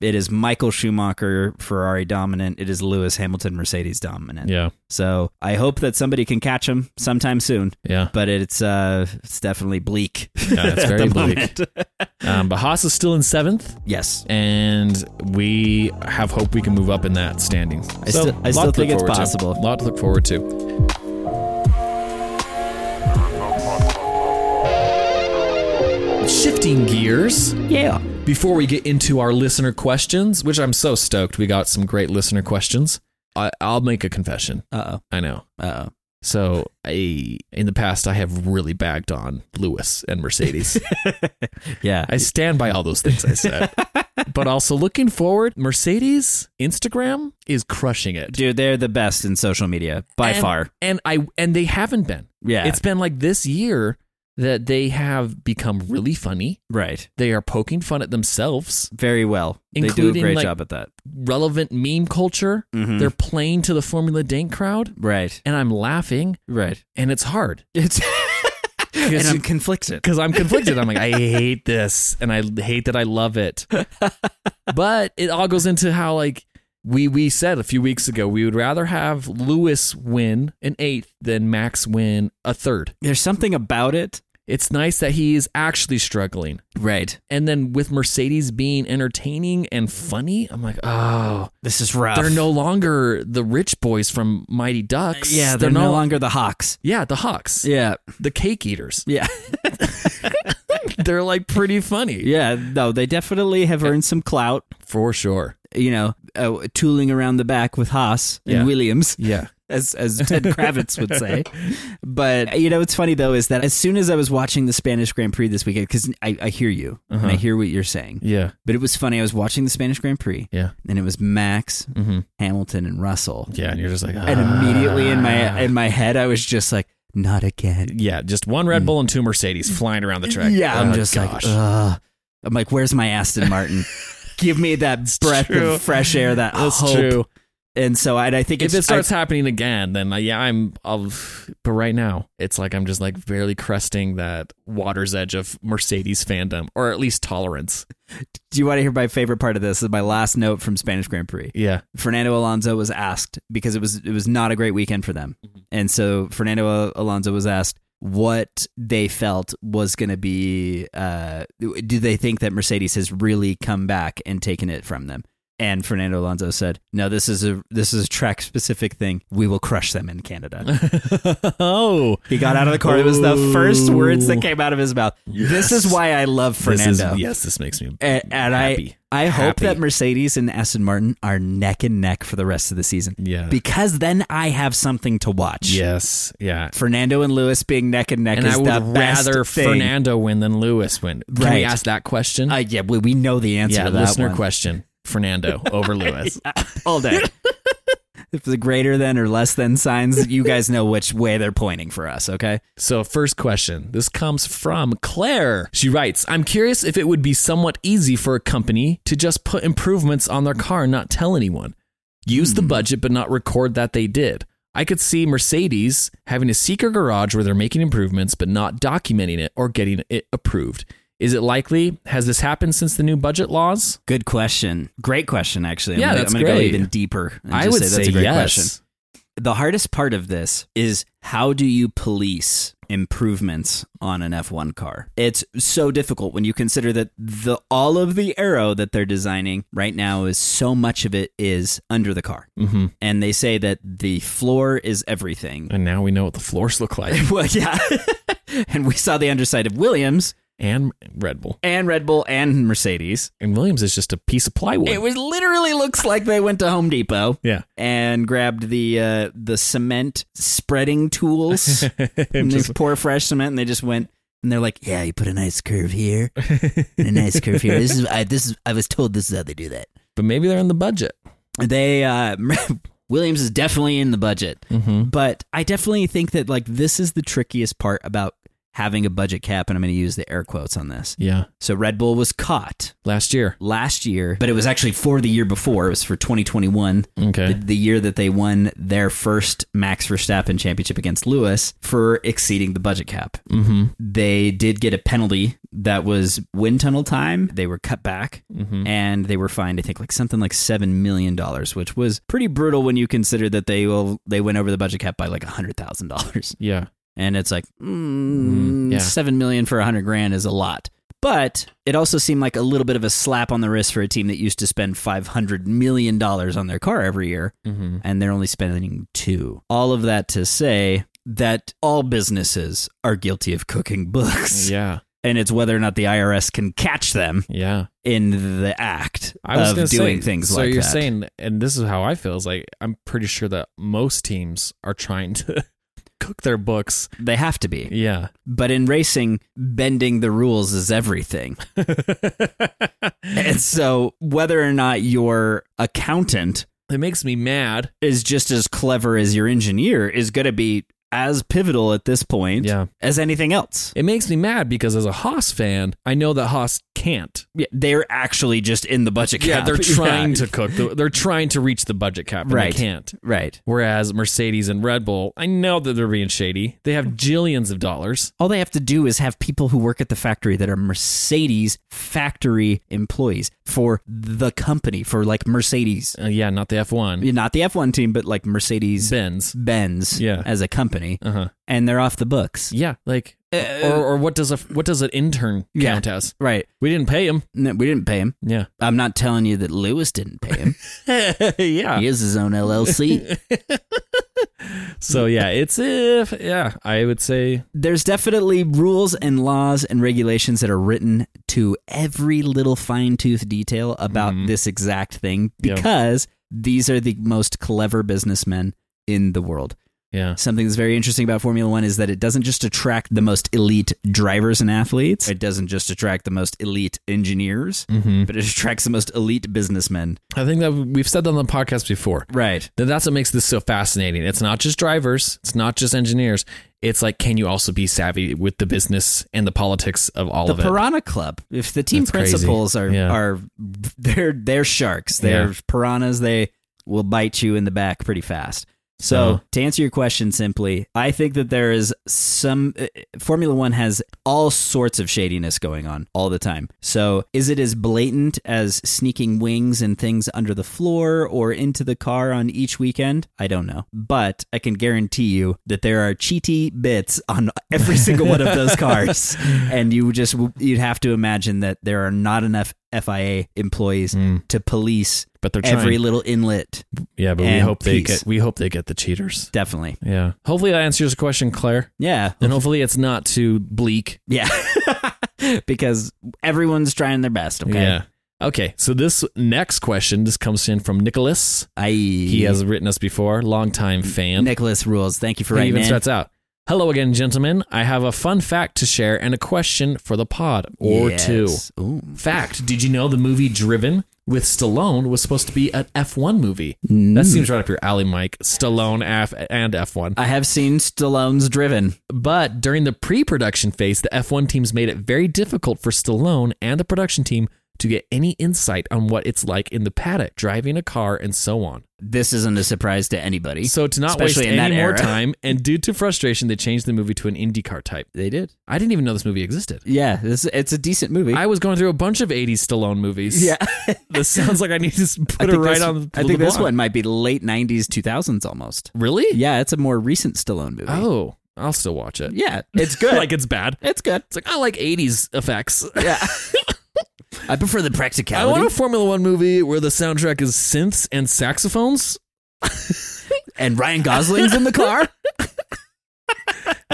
B: It is Michael Schumacher Ferrari dominant. It is Lewis Hamilton Mercedes dominant.
A: Yeah.
B: So I hope that somebody can catch him sometime soon.
A: Yeah.
B: [laughs] but it's uh it's definitely bleak. [laughs]
A: Yeah, it's
B: at
A: very
B: the
A: bleak.
B: moment. [laughs]
A: Um, but Haas is still in seventh,
B: yes.
A: and we have hope we can move up in that standing.
B: I still-
A: lot
B: I still
A: to look
B: think it's
A: forward to.
B: possible.
A: lot to look forward to. Shifting gears.
B: Yeah.
A: Before we get into our listener questions, which I'm so stoked we got some great listener questions, I, I'll make a confession.
B: Uh
A: I know.
B: oh. Uh
A: So I, in the past, I have really bagged on Lewis and Mercedes.
B: oh. Yeah. [laughs]
A: I stand by all those things I said. but also looking forward, Mercedes Instagram is crushing it.
B: Dude, they're the best in social media by
A: And-
B: far.
A: And I and they haven't been.
B: Yeah.
A: It's been like this year that they have become really funny.
B: right.
A: They are poking fun at themselves,
B: Very well. They do a
A: Including,
B: great
A: like-
B: job at that.
A: relevant meme culture.
B: Mhm.
A: They're playing to the Formula Dank crowd,
B: Right.
A: and I'm laughing,
B: Right.
A: and it's hard
B: [laughs] It's and I'm
A: because
B: conflicted.
A: I'm conflicted. I'm like, I hate this, and I hate that I love
B: [laughs]
A: it. but it all goes into how like we we said a few weeks ago we would rather have Lewis win an eighth than Max win a third.
B: There's something about it.
A: It's nice that he is actually struggling.
B: Right.
A: And then with Mercedes being entertaining and funny, I'm like, oh,
B: This is rough.
A: they're no longer the rich boys from Mighty Ducks.
B: Yeah, they're, no, longer the Hawks.
A: Yeah, the Hawks,
B: Yeah.
A: the cake eaters. [laughs]
B: Yeah.
A: they're like pretty funny
B: [laughs] Yeah. No, they definitely have earned some clout,
A: for sure.
B: you know, uh, tooling around the back with Haas and
A: Yeah.
B: Williams.
A: Yeah,
B: as as Ted Kravitz would [laughs] say. But you know, what's funny though is that as soon as I was watching the Spanish Grand Prix this weekend, because I, I hear you
A: Uh-huh.
B: and I hear what you're saying,
A: yeah,
B: but it was funny. I was watching the Spanish Grand Prix,
A: yeah,
B: and it was Max,
A: Mhm.
B: Hamilton, and Russell,
A: yeah. Ah. And you're just like, "Ah."
B: and immediately in my in my head, I was just like, not again.
A: yeah, just one Red Bull and two Mercedes flying around the track.
B: Mm. Yeah, I'm
A: Oh,
B: just
A: gosh.
B: like, Ugh. I'm like, where's my
A: [laughs]
B: Aston Martin? Give me that breath
A: true.
B: of fresh air, that
A: That's
B: hope.
A: true.
B: And so I, I think
A: If
B: it's,
A: it starts
B: I-
A: happening again, then uh, yeah, I'm. I'll, but right now, it's like I'm just like barely cresting that water's edge of Mercedes fandom, or at least tolerance.
B: do you want to hear my favorite part of this? This is my last note from Spanish Grand Prix. [laughs]
A: Yeah,
B: Fernando Alonso was asked because it was it was not a great weekend for them.
A: Mm-hmm.
B: And so Fernando Al- Alonso was asked what they felt was going to be uh do they think that Mercedes has really come back and taken it from them? And Fernando Alonso said, "No, this is a this is a track specific thing. We will crush them in Canada."
A: oh,
B: He got out of the car. It was the
A: [laughs]
B: first
A: Ooh.
B: words that came out of his mouth. This is
A: Yes.
B: why I love Fernando.
A: This is, yes, this makes me.
B: And, and
A: Happy.
B: I, I hope
A: Happy.
B: that Mercedes and Aston Martin are neck and neck for the rest of the season.
A: Yeah.
B: Because then I have something to watch.
A: Yes, yeah.
B: Fernando and Lewis being neck and neck
A: And
B: is
A: I would
B: the best
A: rather
B: thing.
A: Fernando win than Lewis win. Can
B: Right.
A: we ask that question?
B: Uh, yeah, we, we know the answer
A: yeah,
B: to that
A: listener
B: one.
A: question. Fernando
B: [laughs]
A: over Lewis. [laughs]
B: All day. if the greater than or less than signs, you guys know which way they're pointing for us, okay?
A: So, first question. This comes from Claire. She writes I'm curious if it would be somewhat easy for a company to just put improvements on their car and not tell anyone. Use
B: Hmm.
A: the budget, but not record that they did. I could see Mercedes having a secret garage where they're making improvements, but not documenting it or getting it approved. Is it likely? Has this happened since the new budget laws?
B: Good question. Great question, actually. I'm
A: Yeah,
B: gonna,
A: that's
B: I'm gonna
A: great.
B: go even deeper. And
A: I
B: just
A: would
B: say
A: say,
B: that's a great
A: yes.
B: question. the hardest part of this is how do you police improvements on an F1 car? It's so difficult when you consider that the all of the arrow that they're designing right now is so much of it is under the car.
A: Mm-hmm.
B: And they say that the floor is everything. [laughs]
A: And now we know what the floors look like.
B: well, yeah. [laughs] and we saw the underside of Williams
A: and Red Bull.
B: and Red Bull and Mercedes.
A: And Williams is just a piece of plywood. [laughs]
B: It was literally looks like they went to Home Depot
A: yeah. [laughs]
B: and grabbed the uh, the cement
A: [laughs]
B: spreading tools and
A: Just-
B: they pour fresh cement and they just went and they're like, yeah, you put a nice curve here, and a nice curve here. This is I, this is I was told this is how they do that.
A: but maybe they're in the budget.
B: They uh, [laughs] Williams is definitely in the budget, but I definitely think that like this is the trickiest part about having a budget cap, and I'm going to use the air quotes on this.
A: Yeah.
B: So Red Bull was caught
A: Last year.
B: last year, but it was actually for the year before. It was for 2021 the,
A: Okay.
B: the year that they won their first Max Verstappen championship against Lewis for exceeding the budget cap.
A: Mm-hmm.
B: They did get a penalty that was wind tunnel time. They were cut back
A: Mm-hmm.
B: and they were fined, I think, like something like seven million dollars, which was pretty brutal when you consider that they will they went over the budget cap by like a hundred thousand dollars.
A: Yeah.
B: And it's like mm,
A: Mm, yeah.
B: seven million for a hundred grand is a lot. But it also seemed like a little bit of a slap on the wrist for a team that used to spend five hundred million dollars on their car every year
A: Mm-hmm.
B: and they're only spending two. All of that to say that all businesses are guilty of cooking books.
A: Yeah.
B: [laughs] And it's whether or not the IRS can catch them
A: Yeah.
B: in the act
A: I was gonna
B: of doing
A: say,
B: things
A: so
B: like
A: you're
B: that.
A: saying, and this is how I feel. Is like I'm pretty sure that most teams are trying to [laughs] cook their books.
B: They have to be.
A: Yeah.
B: But in racing, bending the rules
A: [laughs]
B: is everything. and so, whether or not your accountant
A: It makes me mad.
B: is just as clever as your engineer is going to be as pivotal at this point
A: Yeah.
B: as anything else.
A: It makes me mad because as a Haas fan, I know that Haas can't.
B: Yeah, they're actually just in the budget
A: Yeah,
B: cap.
A: they're trying
B: [laughs] Yeah.
A: to cook. the- They're trying to reach the budget cap, and
B: Right.
A: they can't.
B: Right.
A: Whereas Mercedes and Red Bull, I know that they're being shady. They have jillions of dollars.
B: All they have to do is have people who work at the factory that are Mercedes factory employees for the company, for like Mercedes,
A: Uh, yeah, not the F1.
B: not the F1 team, but like Mercedes
A: Benz.
B: Benz
A: Yeah.
B: as a company,
A: Uh huh.
B: and they're off the books.
A: Yeah, like,
B: Uh,
A: or, or what does a what does an intern
B: Yeah.
A: count as?
B: Right.
A: We didn't pay him.
B: No, we didn't pay him. [laughs]
A: Yeah.
B: I'm not telling you that Lewis didn't
A: [laughs]
B: pay him.
A: yeah.
B: he has his own LLC.
A: [laughs] So yeah, it's if yeah, I would say
B: there's definitely rules and laws and regulations that are written to every little fine tooth detail about this exact thing
A: Mm-hmm. Yeah.
B: because these are the most clever businessmen in the world.
A: yeah.
B: Something that's very interesting about Formula One is that it doesn't just attract the most elite drivers and athletes, it doesn't just attract the most elite engineers,
A: Mm-hmm.
B: but it attracts the most elite businessmen.
A: I think that we've said that on the podcast before.
B: Right.
A: Then that's what makes this so fascinating. It's not just drivers, it's not just engineers. It's like, can you also be savvy with the business and the politics of all
B: the
A: of it?
B: Piranha Club. If the team
A: That's crazy.
B: principals are
A: Yeah.
B: are they're they're sharks. They're
A: Yeah.
B: piranhas. They will bite you in the back pretty fast. So
A: Uh-huh.
B: to answer your question simply, I think that there is some uh, Formula 1 has all sorts of shadiness going on all the time. So is it as blatant as sneaking wings and things under the floor or into the car on each weekend? I don't know. But I can guarantee you that there are cheaty bits on [laughs] every single one of
A: [laughs]
B: those cars and you just you'd have to imagine that there are not enough FIA employees
A: Mm.
B: to police
A: but they're trying.
B: every little inlet.
A: yeah, but we
B: and
A: hope they
B: peace.
A: get we hope they get the cheaters.
B: Definitely.
A: Yeah. Hopefully that answers your question, Claire.
B: Yeah.
A: And hopefully it's not too bleak.
B: Yeah. [laughs] because everyone's trying their best, okay?
A: Yeah. Okay. So this next question, this comes in from Nicholas.
B: I
A: He has written us before, longtime fan.
B: Nicholas rules. Thank you for
A: he
B: writing
A: even
B: in.
A: starts out. Hello again, gentlemen. I have a fun fact to share and a question for the pod or
B: Yes.
A: two.
B: Ooh.
A: Fact Did you know the movie Driven with Stallone was supposed to be an F1 movie? That seems right up your alley, Mike. Stallone F and F1.
B: I have seen Stallone's driven.
A: But during the pre production phase, the F1 teams made it very difficult for Stallone and the production team to get any insight on what it's like in the paddock, driving a car, and so on.
B: This isn't a surprise to anybody.
A: So, to not
B: Especially
A: waste
B: in that
A: any more
B: era.
A: time, and due to frustration, they changed the movie to an IndyCar type.
B: they did.
A: I didn't even know this movie existed.
B: Yeah, this, it's a decent movie.
A: I was going through a bunch of 80s Stallone movies.
B: yeah.
A: [laughs] This sounds like I need to s-
B: [laughs] I
A: put it
B: think
A: right
B: this-
A: on the
B: I think this
A: blog.
B: one might be late 90s, 2000s almost.
A: Really?
B: Yeah, it's a more recent Stallone movie.
A: Oh, I'll still watch it.
B: Yeah, it's good.
A: [laughs] like it's bad.
B: it's good.
A: It's like I like '80s effects. [laughs]
B: Yeah. I prefer the
A: I
B: practicality
A: want a Formula One movie where the soundtrack is synths and saxophones.
B: and Ryan Gosling's in the car.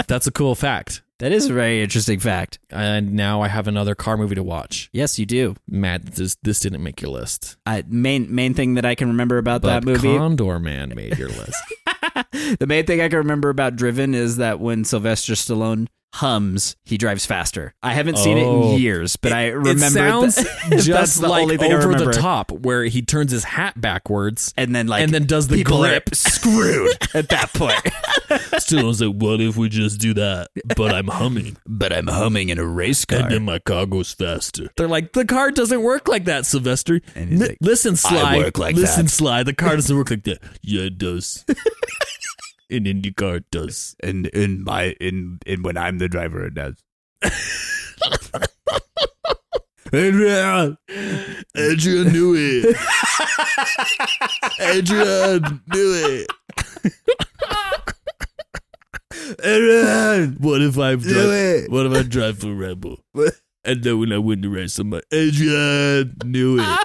A: That's a cool fact.
B: That is a very interesting fact.
A: And now I have another car movie to watch.
B: Yes, you do.
A: Matt, this this didn't make your list,
B: I, main main thing that I can remember about
A: but
B: that movie,
A: Condor Man made your list.
B: the main thing I can remember about Driven is that when Sylvester Stallone hums, he drives faster. I haven't seen it
A: Oh.
B: in years, but I [laughs] remember
A: it sounds
B: that- [laughs] that's
A: just
B: the
A: like
B: only thing I
A: over the
B: remember.
A: top, where he turns his hat
B: [laughs]
A: backwards
B: and then like
A: and then does the
B: people
A: grip.
B: are [laughs] screwed
A: [laughs]
B: at that point.
A: Stallone's like, "What if we just do that?" But I'm humming.
B: but I'm humming in a race car.
A: my car goes faster. They're like, the car doesn't work like that, Sylvester.
B: And he's
A: N-
B: like,
A: listen, Sly.
B: work like
A: listen,
B: that."
A: Sly. The car doesn't work like that. [laughs] Yeah, it [laughs] does. An IndyCar does.
B: and in my in in when I'm the driver, it does.
A: Adrian, Adrian knew it. [laughs] Adrian knew it. Adrian, what if I drive? What if I drive for Red Bull? And then when I win the race, I'm like, Adrian knew [laughs] it.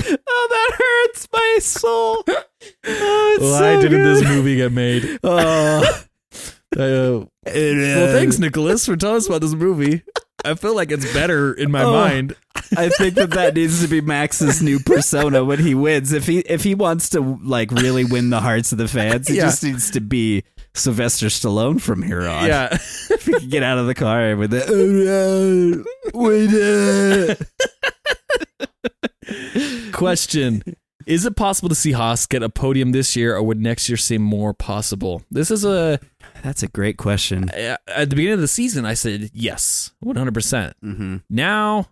B: Oh, that hurts my
A: [laughs]
B: soul. Oh, it's
A: Why
B: so
A: didn't this
B: good.
A: movie get made?
B: [laughs]
A: [laughs] uh,
B: Oh,
A: well,
B: it is.
A: thanks, Nicholas, for telling us about this movie. I feel like it's better in my
B: Oh.
A: mind.
B: I think that that needs to be Max's new persona when he wins. If he if he wants to like really win the hearts of the fans, he
A: Yeah.
B: just needs to be Sylvester Stallone from here on.
A: yeah.
B: if [laughs] he could get out of the car with the oh no, we did it."
A: [laughs] Question. Is it possible to see Haas get a podium this year, or would next year seem more possible? This is a
B: That's a great question.
A: at the beginning of the season. I said yes, one hundred percent.
B: Mm-hmm.
A: Now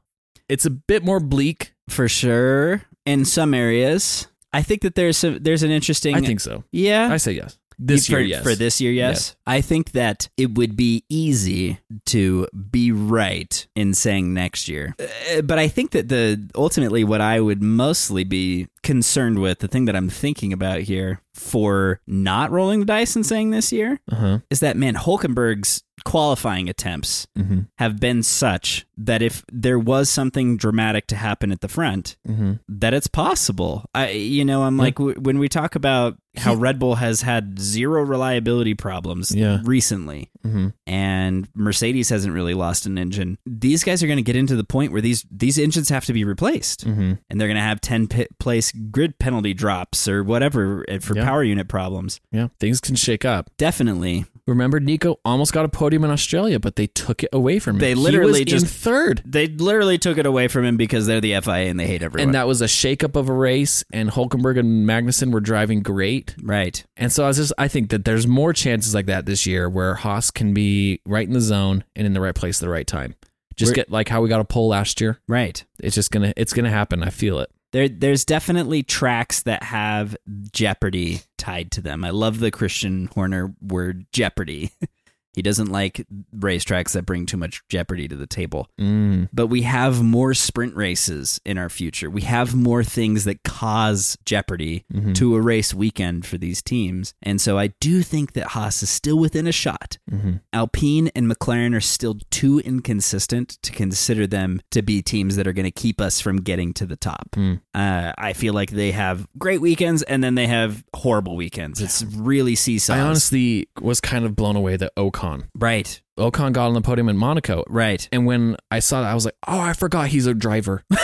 A: it's a bit more bleak.
B: for sure in some areas. I think that there's some there's an interesting
A: I think so.
B: yeah
A: I say yes this
B: for,
A: year. Yes
B: for this year yes. I think that it would be easy to be right in saying next year. Uh, but I think that the ultimately what I would mostly be concerned with the thing that I'm thinking about here for not rolling the dice and saying this year
A: Uh huh.
B: is that man Hulkenberg's qualifying attempts
A: Mm-hmm.
B: have been such that if there was something dramatic to happen at the front
A: Mm-hmm.
B: that it's possible. I, you know, I'm like w- when we talk about how Red Bull has had zero reliability problems
A: Yeah.
B: recently,
A: Mm-hmm.
B: and Mercedes hasn't really lost an engine. These guys are going to get into the point where these these engines have to be replaced,
A: Mm-hmm.
B: and they're going to have ten pi place grid penalty drops or whatever uh, for
A: Yeah.
B: power unit problems.
A: Yeah. Things can shake up.
B: Definitely,
A: Remember, Nico almost got a podium in Australia, but they took it away from him.
B: They
A: He was
B: literally
A: in
B: just-
A: third.
B: they literally took it away from him because they're the FIA and they hate everyone.
A: And that was a shakeup of a race, and Hulkenberg and Magnussen were driving great.
B: right.
A: And so I was just, I think that there's more chances like that this year where Haas can be right in the zone and in the right place at the right time. Just
B: We're-
A: get like how we got a pole last year.
B: Right.
A: It's just gonna, it's gonna happen. I feel it.
B: There, there's definitely tracks that have jeopardy tied to them. I love the Christian Horner word jeopardy. [laughs] he doesn't like racetracks that bring too much jeopardy to the table.
A: Mm.
B: But we have more sprint races in our future. We have more things that cause jeopardy
A: Mhm.
B: to a race weekend for these teams. And so I do think that Haas is still within a shot.
A: Mhm.
B: Alpine and McLaren are still too inconsistent to consider them to be teams that are going to keep us from getting to the top. Uh, I feel like they have great weekends and then they have horrible weekends. It's really seesaw.
A: I honestly was kind of blown away that Ocon,
B: right,
A: Ocon got on the podium in Monaco,
B: right.
A: And when I saw that, I was like, oh, I forgot he's a driver. [laughs]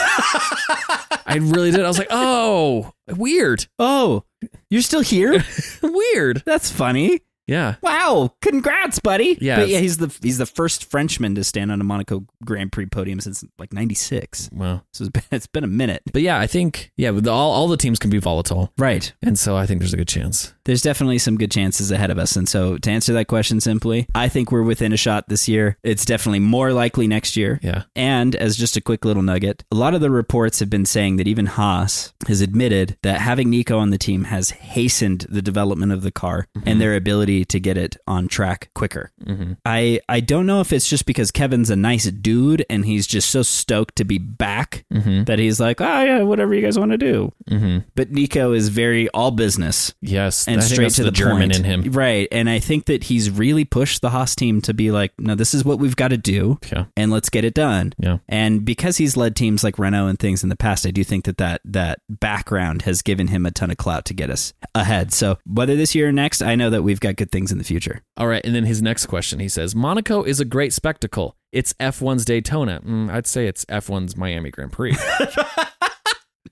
A: I really did. I was like, oh, weird.
B: Oh, you're still here?
A: Weird.
B: That's funny.
A: Yeah.
B: Wow, congrats, buddy.
A: Yeah.
B: But yeah, he's the he's the first Frenchman to stand on a Monaco Grand Prix podium since like 96.
A: Well,
B: So it's been, [laughs] it's been a minute.
A: but yeah, I think, yeah, with all, all the teams can be volatile.
B: Right.
A: And so I think there's a good chance.
B: There's definitely some good chances ahead of us. And so, to answer that question simply, I think we're within a shot this year. It's definitely more likely next year.
A: Yeah.
B: And as just a quick little nugget, a lot of the reports have been saying that even Haas has admitted that having Nico on the team has hastened the development of the car and their ability to get it on track quicker. I, I don't know if it's just because Kevin's a nice dude and he's just so stoked to be back that he's like, oh, yeah, whatever you guys want to do.
A: Mhm.
B: But Nico is very all business
A: Yes.
B: and
A: I think
B: straight
A: that's
B: to the,
A: German
B: point.
A: in him.
B: right? And I think that he's really pushed the Haas team to be like, no, this is what we've got to do,
A: Yeah.
B: and let's get it done.
A: Yeah.
B: And because he's led teams like Renault and things in the past, I do think that that that background has given him a ton of clout to get us ahead. So whether this year or next, I know that we've got good things in the future. [laughs]
A: All right. And then his next question he says Monaco is a great spectacle. It's F1's Daytona. Mm, I'd say it's F1's Miami Grand Prix. [laughs]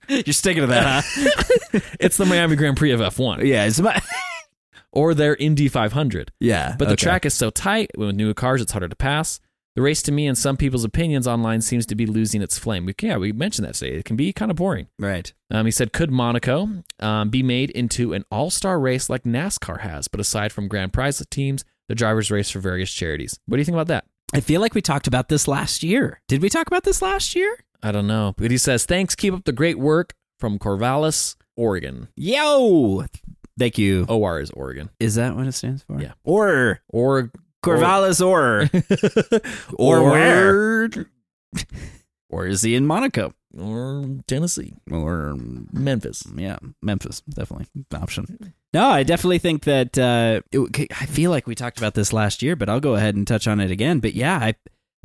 B: You're sticking to that, huh?
A: it's the Miami Grand Prix of F1
B: yeah, it's my- [laughs]
A: or their Indy 500.
B: yeah,
A: But the
B: okay.
A: track is so tight with new cars, it's harder to pass. The race, to me, in some people's opinions online, seems to be losing its flame. We, yeah, we mentioned that today. It can be kind of boring.
B: right?
A: Um, he said, could Monaco um, be made into an all star race like NASCAR has? But aside from grand prize teams, the drivers race for various charities. What do you think about that?
B: I feel like we talked about this last year. Did we talk about this last year?
A: I don't know. But he says, thanks. Keep up the great work from Corvallis, Oregon.
B: Yo, thank you.
A: OR is Oregon.
B: Is that what it stands for?
A: Yeah.
B: Or
A: Or [laughs]
B: Corvallis or or, where? [laughs] Or is he in Monaco?
A: Or Tennessee,
B: Or
A: Memphis.
B: yeah, Memphis definitely option. No, I definitely think that uh, it, I feel like we talked about this last year, but I'll go ahead and touch on it again. But yeah, I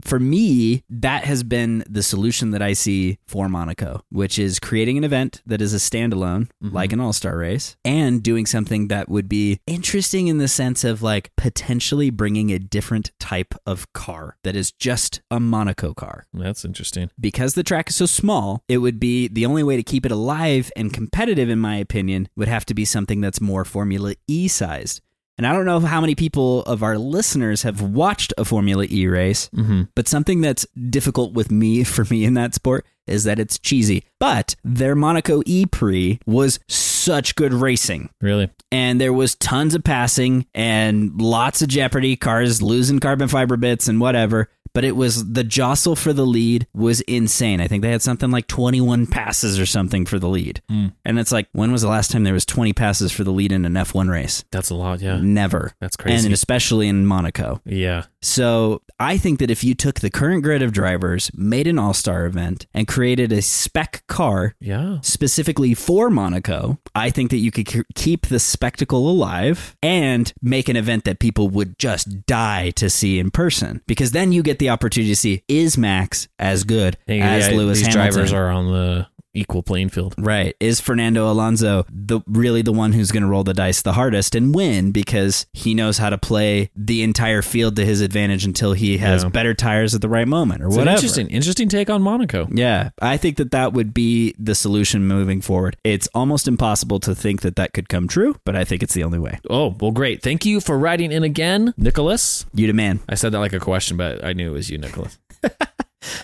B: for me, that has been the solution that I see for Monaco, which is creating an event that is a standalone,
A: Mhm.
B: like an all star race, and doing something that would be interesting in the sense of like potentially bringing a different type of car that is just a Monaco car
A: That's interesting.
B: because the track is so small, it would be the only way to keep it alive and competitive, in my opinion, would have to be something that's more Formula E sized. And I don't know how many people of our listeners have watched a Formula E race,
A: Mm-hmm.
B: but something that's difficult with me, [laughs] for me in that sport, is that it's cheesy. But their Monaco E Prix was such good racing
A: Really?
B: and there was tons of passing and lots of jeopardy cars losing carbon fiber bits and whatever but it was the jostle for the lead was insane i think they had something like 21 passes or something for the lead
A: Hmm.
B: and it's like when was the last time there was 20 passes for the lead in an f1 race
A: That's a lot. Yeah.
B: never
A: That's crazy.
B: and especially in monaco
A: yeah.
B: so I think that if you took the current grid of drivers, made an all star event, and created a spec car
A: Yeah.
B: specifically for Monaco, I think that you could k- keep the spectacle alive and make an event that people would just die to see in person. Because then you get the opportunity to see is Max as good
A: Hey,
B: as
A: yeah,
B: Lewis
A: these
B: Hamilton?
A: drivers are on the equal playing field.
B: Right. Is Fernando Alonso the really the one who's going to roll the dice the hardest and win because he knows how to play the entire field to his advantage until he has
A: Yeah.
B: better tires at the right moment or
A: It's an
B: whatever.
A: interesting, interesting take on Monaco.
B: Yeah, I think that that would be the solution moving forward. It's almost impossible to think that that could come true, but I think it's the only way.
A: Oh, well, great. Thank you for writing in again, Nicholas.
B: You demand.
A: I said that like a question, but I knew it was you,
B: [laughs]
A: Nicholas.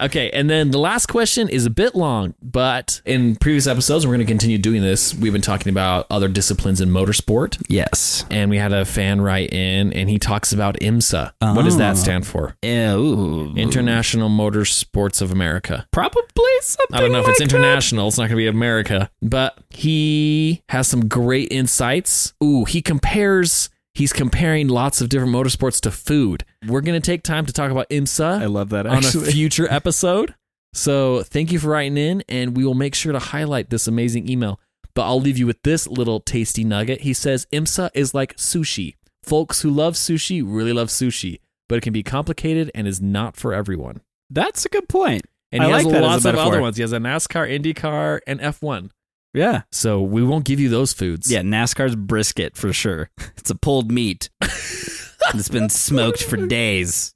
A: okay, and then the last question is a bit long, but in previous episodes, we're going to continue doing this. We've been talking about other disciplines in motorsport,
B: Yes.
A: and we had a fan write in, and he talks about IMSA. What does that
B: Oh.
A: stand for?
B: Ew.
A: International Motorsports of America.
B: Probably something.
A: I don't know if it's
B: like
A: international. It's not going to be America, but he has some great insights. Ooh, he compares. He's comparing lots of different motorsports to food. We're going to take time to talk about IMSA
B: that. I love that.
A: on
B: Actually.
A: a
B: [laughs]
A: future episode. So thank you for writing in, and we will make sure to highlight this amazing email. But I'll leave you with this little tasty nugget. He says IMSA is like sushi. Folks who love sushi really love sushi, but it can be complicated and is not for everyone.
B: That's a good point.
A: And
B: I
A: he has
B: like that as a
A: lots of other
B: metaphor.
A: ones. He has a NASCAR, IndyCar, and F1.
B: Yeah.
A: So we won't give you those foods.
B: Yeah, NASCAR's brisket for sure. It's a pulled meat. it's been smoked for days.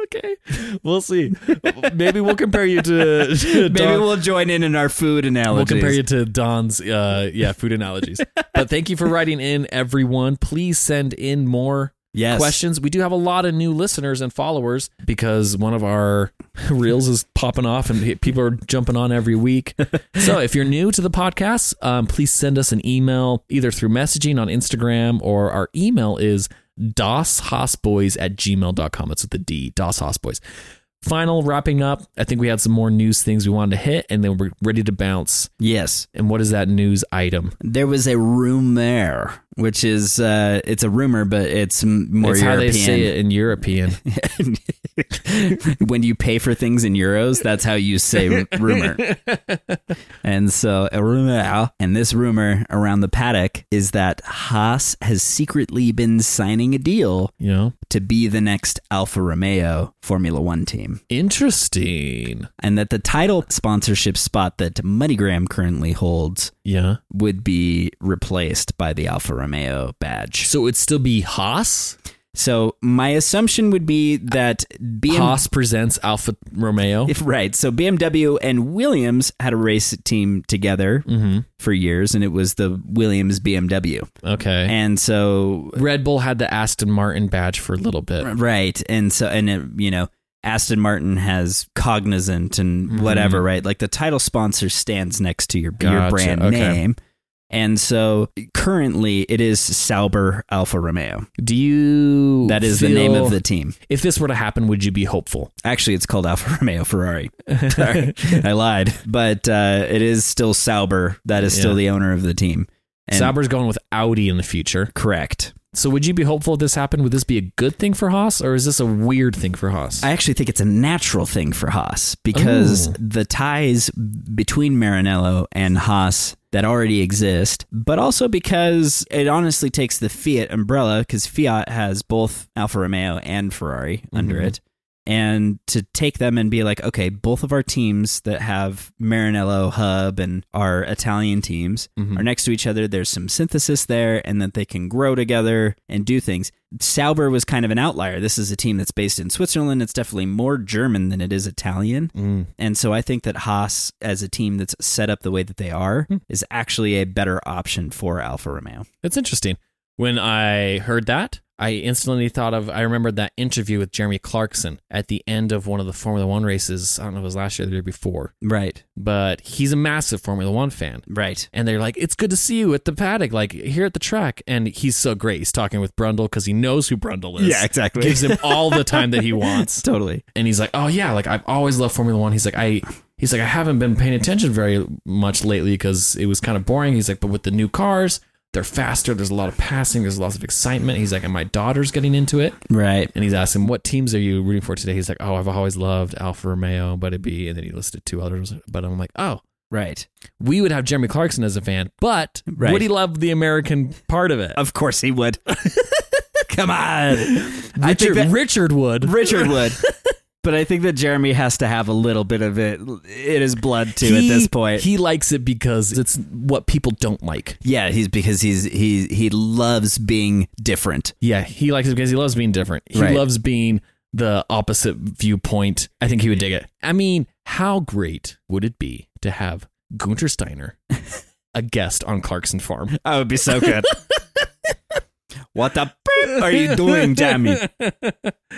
A: [laughs] okay. We'll see. Maybe we'll compare you to, to
B: [laughs] Maybe
A: Don-
B: we'll join in in our food
A: We'll
B: analogies.
A: compare you to Don's, uh, yeah, food
B: [laughs]
A: analogies. but thank you for writing in, everyone. Please send in more
B: yes.
A: questions. We do have a lot of new listeners and followers because one of our [laughs] reels is popping off and people are jumping on every
B: [laughs]
A: week. so if you're new to the podcast, um, please send us an email either through messaging on Instagram or our email is doshosboys at gmail.com. That's with the D, doshosboys. Final wrapping up, I think we had some more news things we wanted to hit and then we're ready to bounce.
B: Yes.
A: And what is that news item?
B: There was a rumor, which is uh, it's a rumor, but it's m- more
A: it's how
B: European.
A: they say it in European.
B: [laughs] when you pay for things in euros, that's how you say
A: [laughs]
B: r- rumor. and so a rumor, and this rumor around the paddock is that Haas has secretly been signing a deal
A: you know?
B: to be the next Alfa Romeo Formula One team,
A: Interesting.
B: and that the title sponsorship spot that MoneyGram currently holds
A: Yeah.
B: would be replaced by the Alfa Romeo badge.
A: So it'd still be Haas?
B: So my assumption would be that BMW,
A: Haas presents Alfa Romeo.
B: if right, so BMW and Williams had a race team together
A: mm-hmm.
B: for years, and it was the Williams BMW,
A: Okay.
B: and so
A: Red Bull had the Aston Martin badge for a little bit.
B: right, and so and it, you know. Aston Martin has Cognizant and
A: Mm-hmm.
B: whatever, right? Like the title sponsor stands next to your, your
A: Gotcha,
B: brand
A: okay.
B: name. And so currently it is Sauber Alfa Romeo.
A: Do you.
B: That is the name
A: feel-
B: of the team.
A: If this were to happen, would you be hopeful?
B: Actually, it's called Alfa [laughs] Romeo Ferrari. Sorry, I lied. But uh, it is still Sauber. That is still
A: Yeah.
B: the owner of the team. And-
A: Sauber's going with Audi in the future.
B: correct.
A: So would you be hopeful if this happened? Would this be a good thing for Haas or is this a weird thing for Haas?
B: I actually think it's a natural thing for Haas because
A: Ooh.
B: the ties between Maranello and Haas that already exist, but also because it honestly takes the Fiat umbrella because Fiat has both Alfa Romeo and Ferrari under it. and to take them and be like, okay, both of our teams that have Marinello Hub and our Italian teams
A: Mhm.
B: are next to each other. There's some synthesis there, and that they can grow together and do things. Sauber was kind of an outlier. This is a team that's based in Switzerland. It's definitely more German than it is Italian.
A: Mm.
B: And so I think that Haas, as a team that's set up the way that they are, is actually a better option for Alfa Romeo.
A: It's interesting. When I heard that, I instantly thought of, I remembered that interview with Jeremy Clarkson at the end of one of the Formula One races. I don't know if it was last year or the year before,
B: Right,
A: but he's a massive Formula One fan.
B: right.
A: And they're like, it's good to see you at the paddock, like here at the track. And he's so great. He's talking with Brundle because he knows who Brundle is.
B: exactly.
A: Gives him all the time that he wants.
B: totally.
A: And he's like, oh, yeah, like I've always loved Formula One. He's like, I. He's like, I haven't been paying attention very much lately because it was kind of boring. He's like, but with the new cars, they're faster. There's a lot of passing. There's lots of excitement. He's like, and my daughter's getting into it.
B: Right.
A: And he's asking, what teams are you rooting for today? He's like, oh, I've always loved Alfa Romeo, but it be. And then he listed two others. But I'm like, oh,
B: Right.
A: we would have Jeremy Clarkson as a fan, but
B: Right.
A: would he love the American part of it?
B: Of course he [laughs] would. Come on. I think
A: Richard,
B: that
A: Richard would.
B: Richard would. [laughs] But I think that Jeremy has to have a little bit of it in his blood too at
A: He-
B: this point.
A: he likes it because it's what people don't like.
B: yeah, he's because he's he he loves being different.
A: Yeah, he likes it because he loves being different. He
B: Right.
A: loves being the opposite viewpoint. I think he would dig it. I mean, how great would it be to have Gunter [laughs] Steiner a guest on Clarkson Farm? [laughs]
B: That would be so good. [laughs] what the prep are you doing, Jamie?
A: [laughs]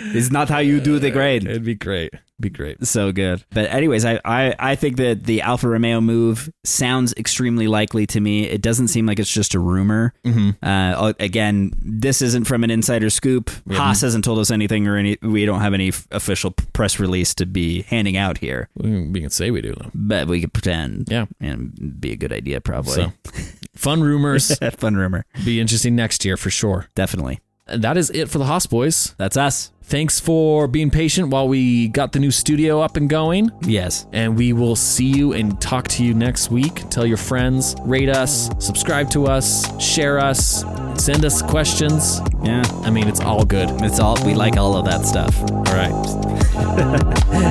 B: It's not how you do the [laughs] grade.
A: It'd be great. Be great.
B: So good. But anyways, I, I, I think that the Alfa Romeo move sounds extremely likely to me. It doesn't seem like it's just a rumor.
A: Mhm.
B: Uh, again, this isn't from an insider scoop. Haas hasn't told us anything or any. We don't have any f- official p- press release to be handing out here.
A: We we can say we do though.
B: But we could pretend.
A: Yeah.
B: And be a good idea probably. [laughs]
A: So, fun [laughs] rumors.
B: Fun rumor.
A: be interesting next year for sure.
B: Definitely.
A: And that is it for the Haas Boys.
B: That's us.
A: Thanks for being patient while we got the new studio up and going.
B: Yes.
A: And we will see you and talk to you next week. Tell your friends, rate us, subscribe to us, share us, send us questions.
B: Yeah.
A: I mean, it's all good. All
B: It's all we like all of that stuff.
A: right.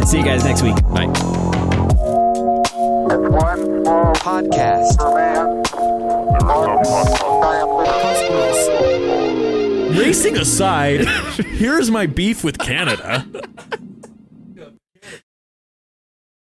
B: See you guys next week.
A: Bye.
E: One small
F: podcast.
E: for man, one giant leap.
A: [laughs] Racing aside, here's my beef with Canada.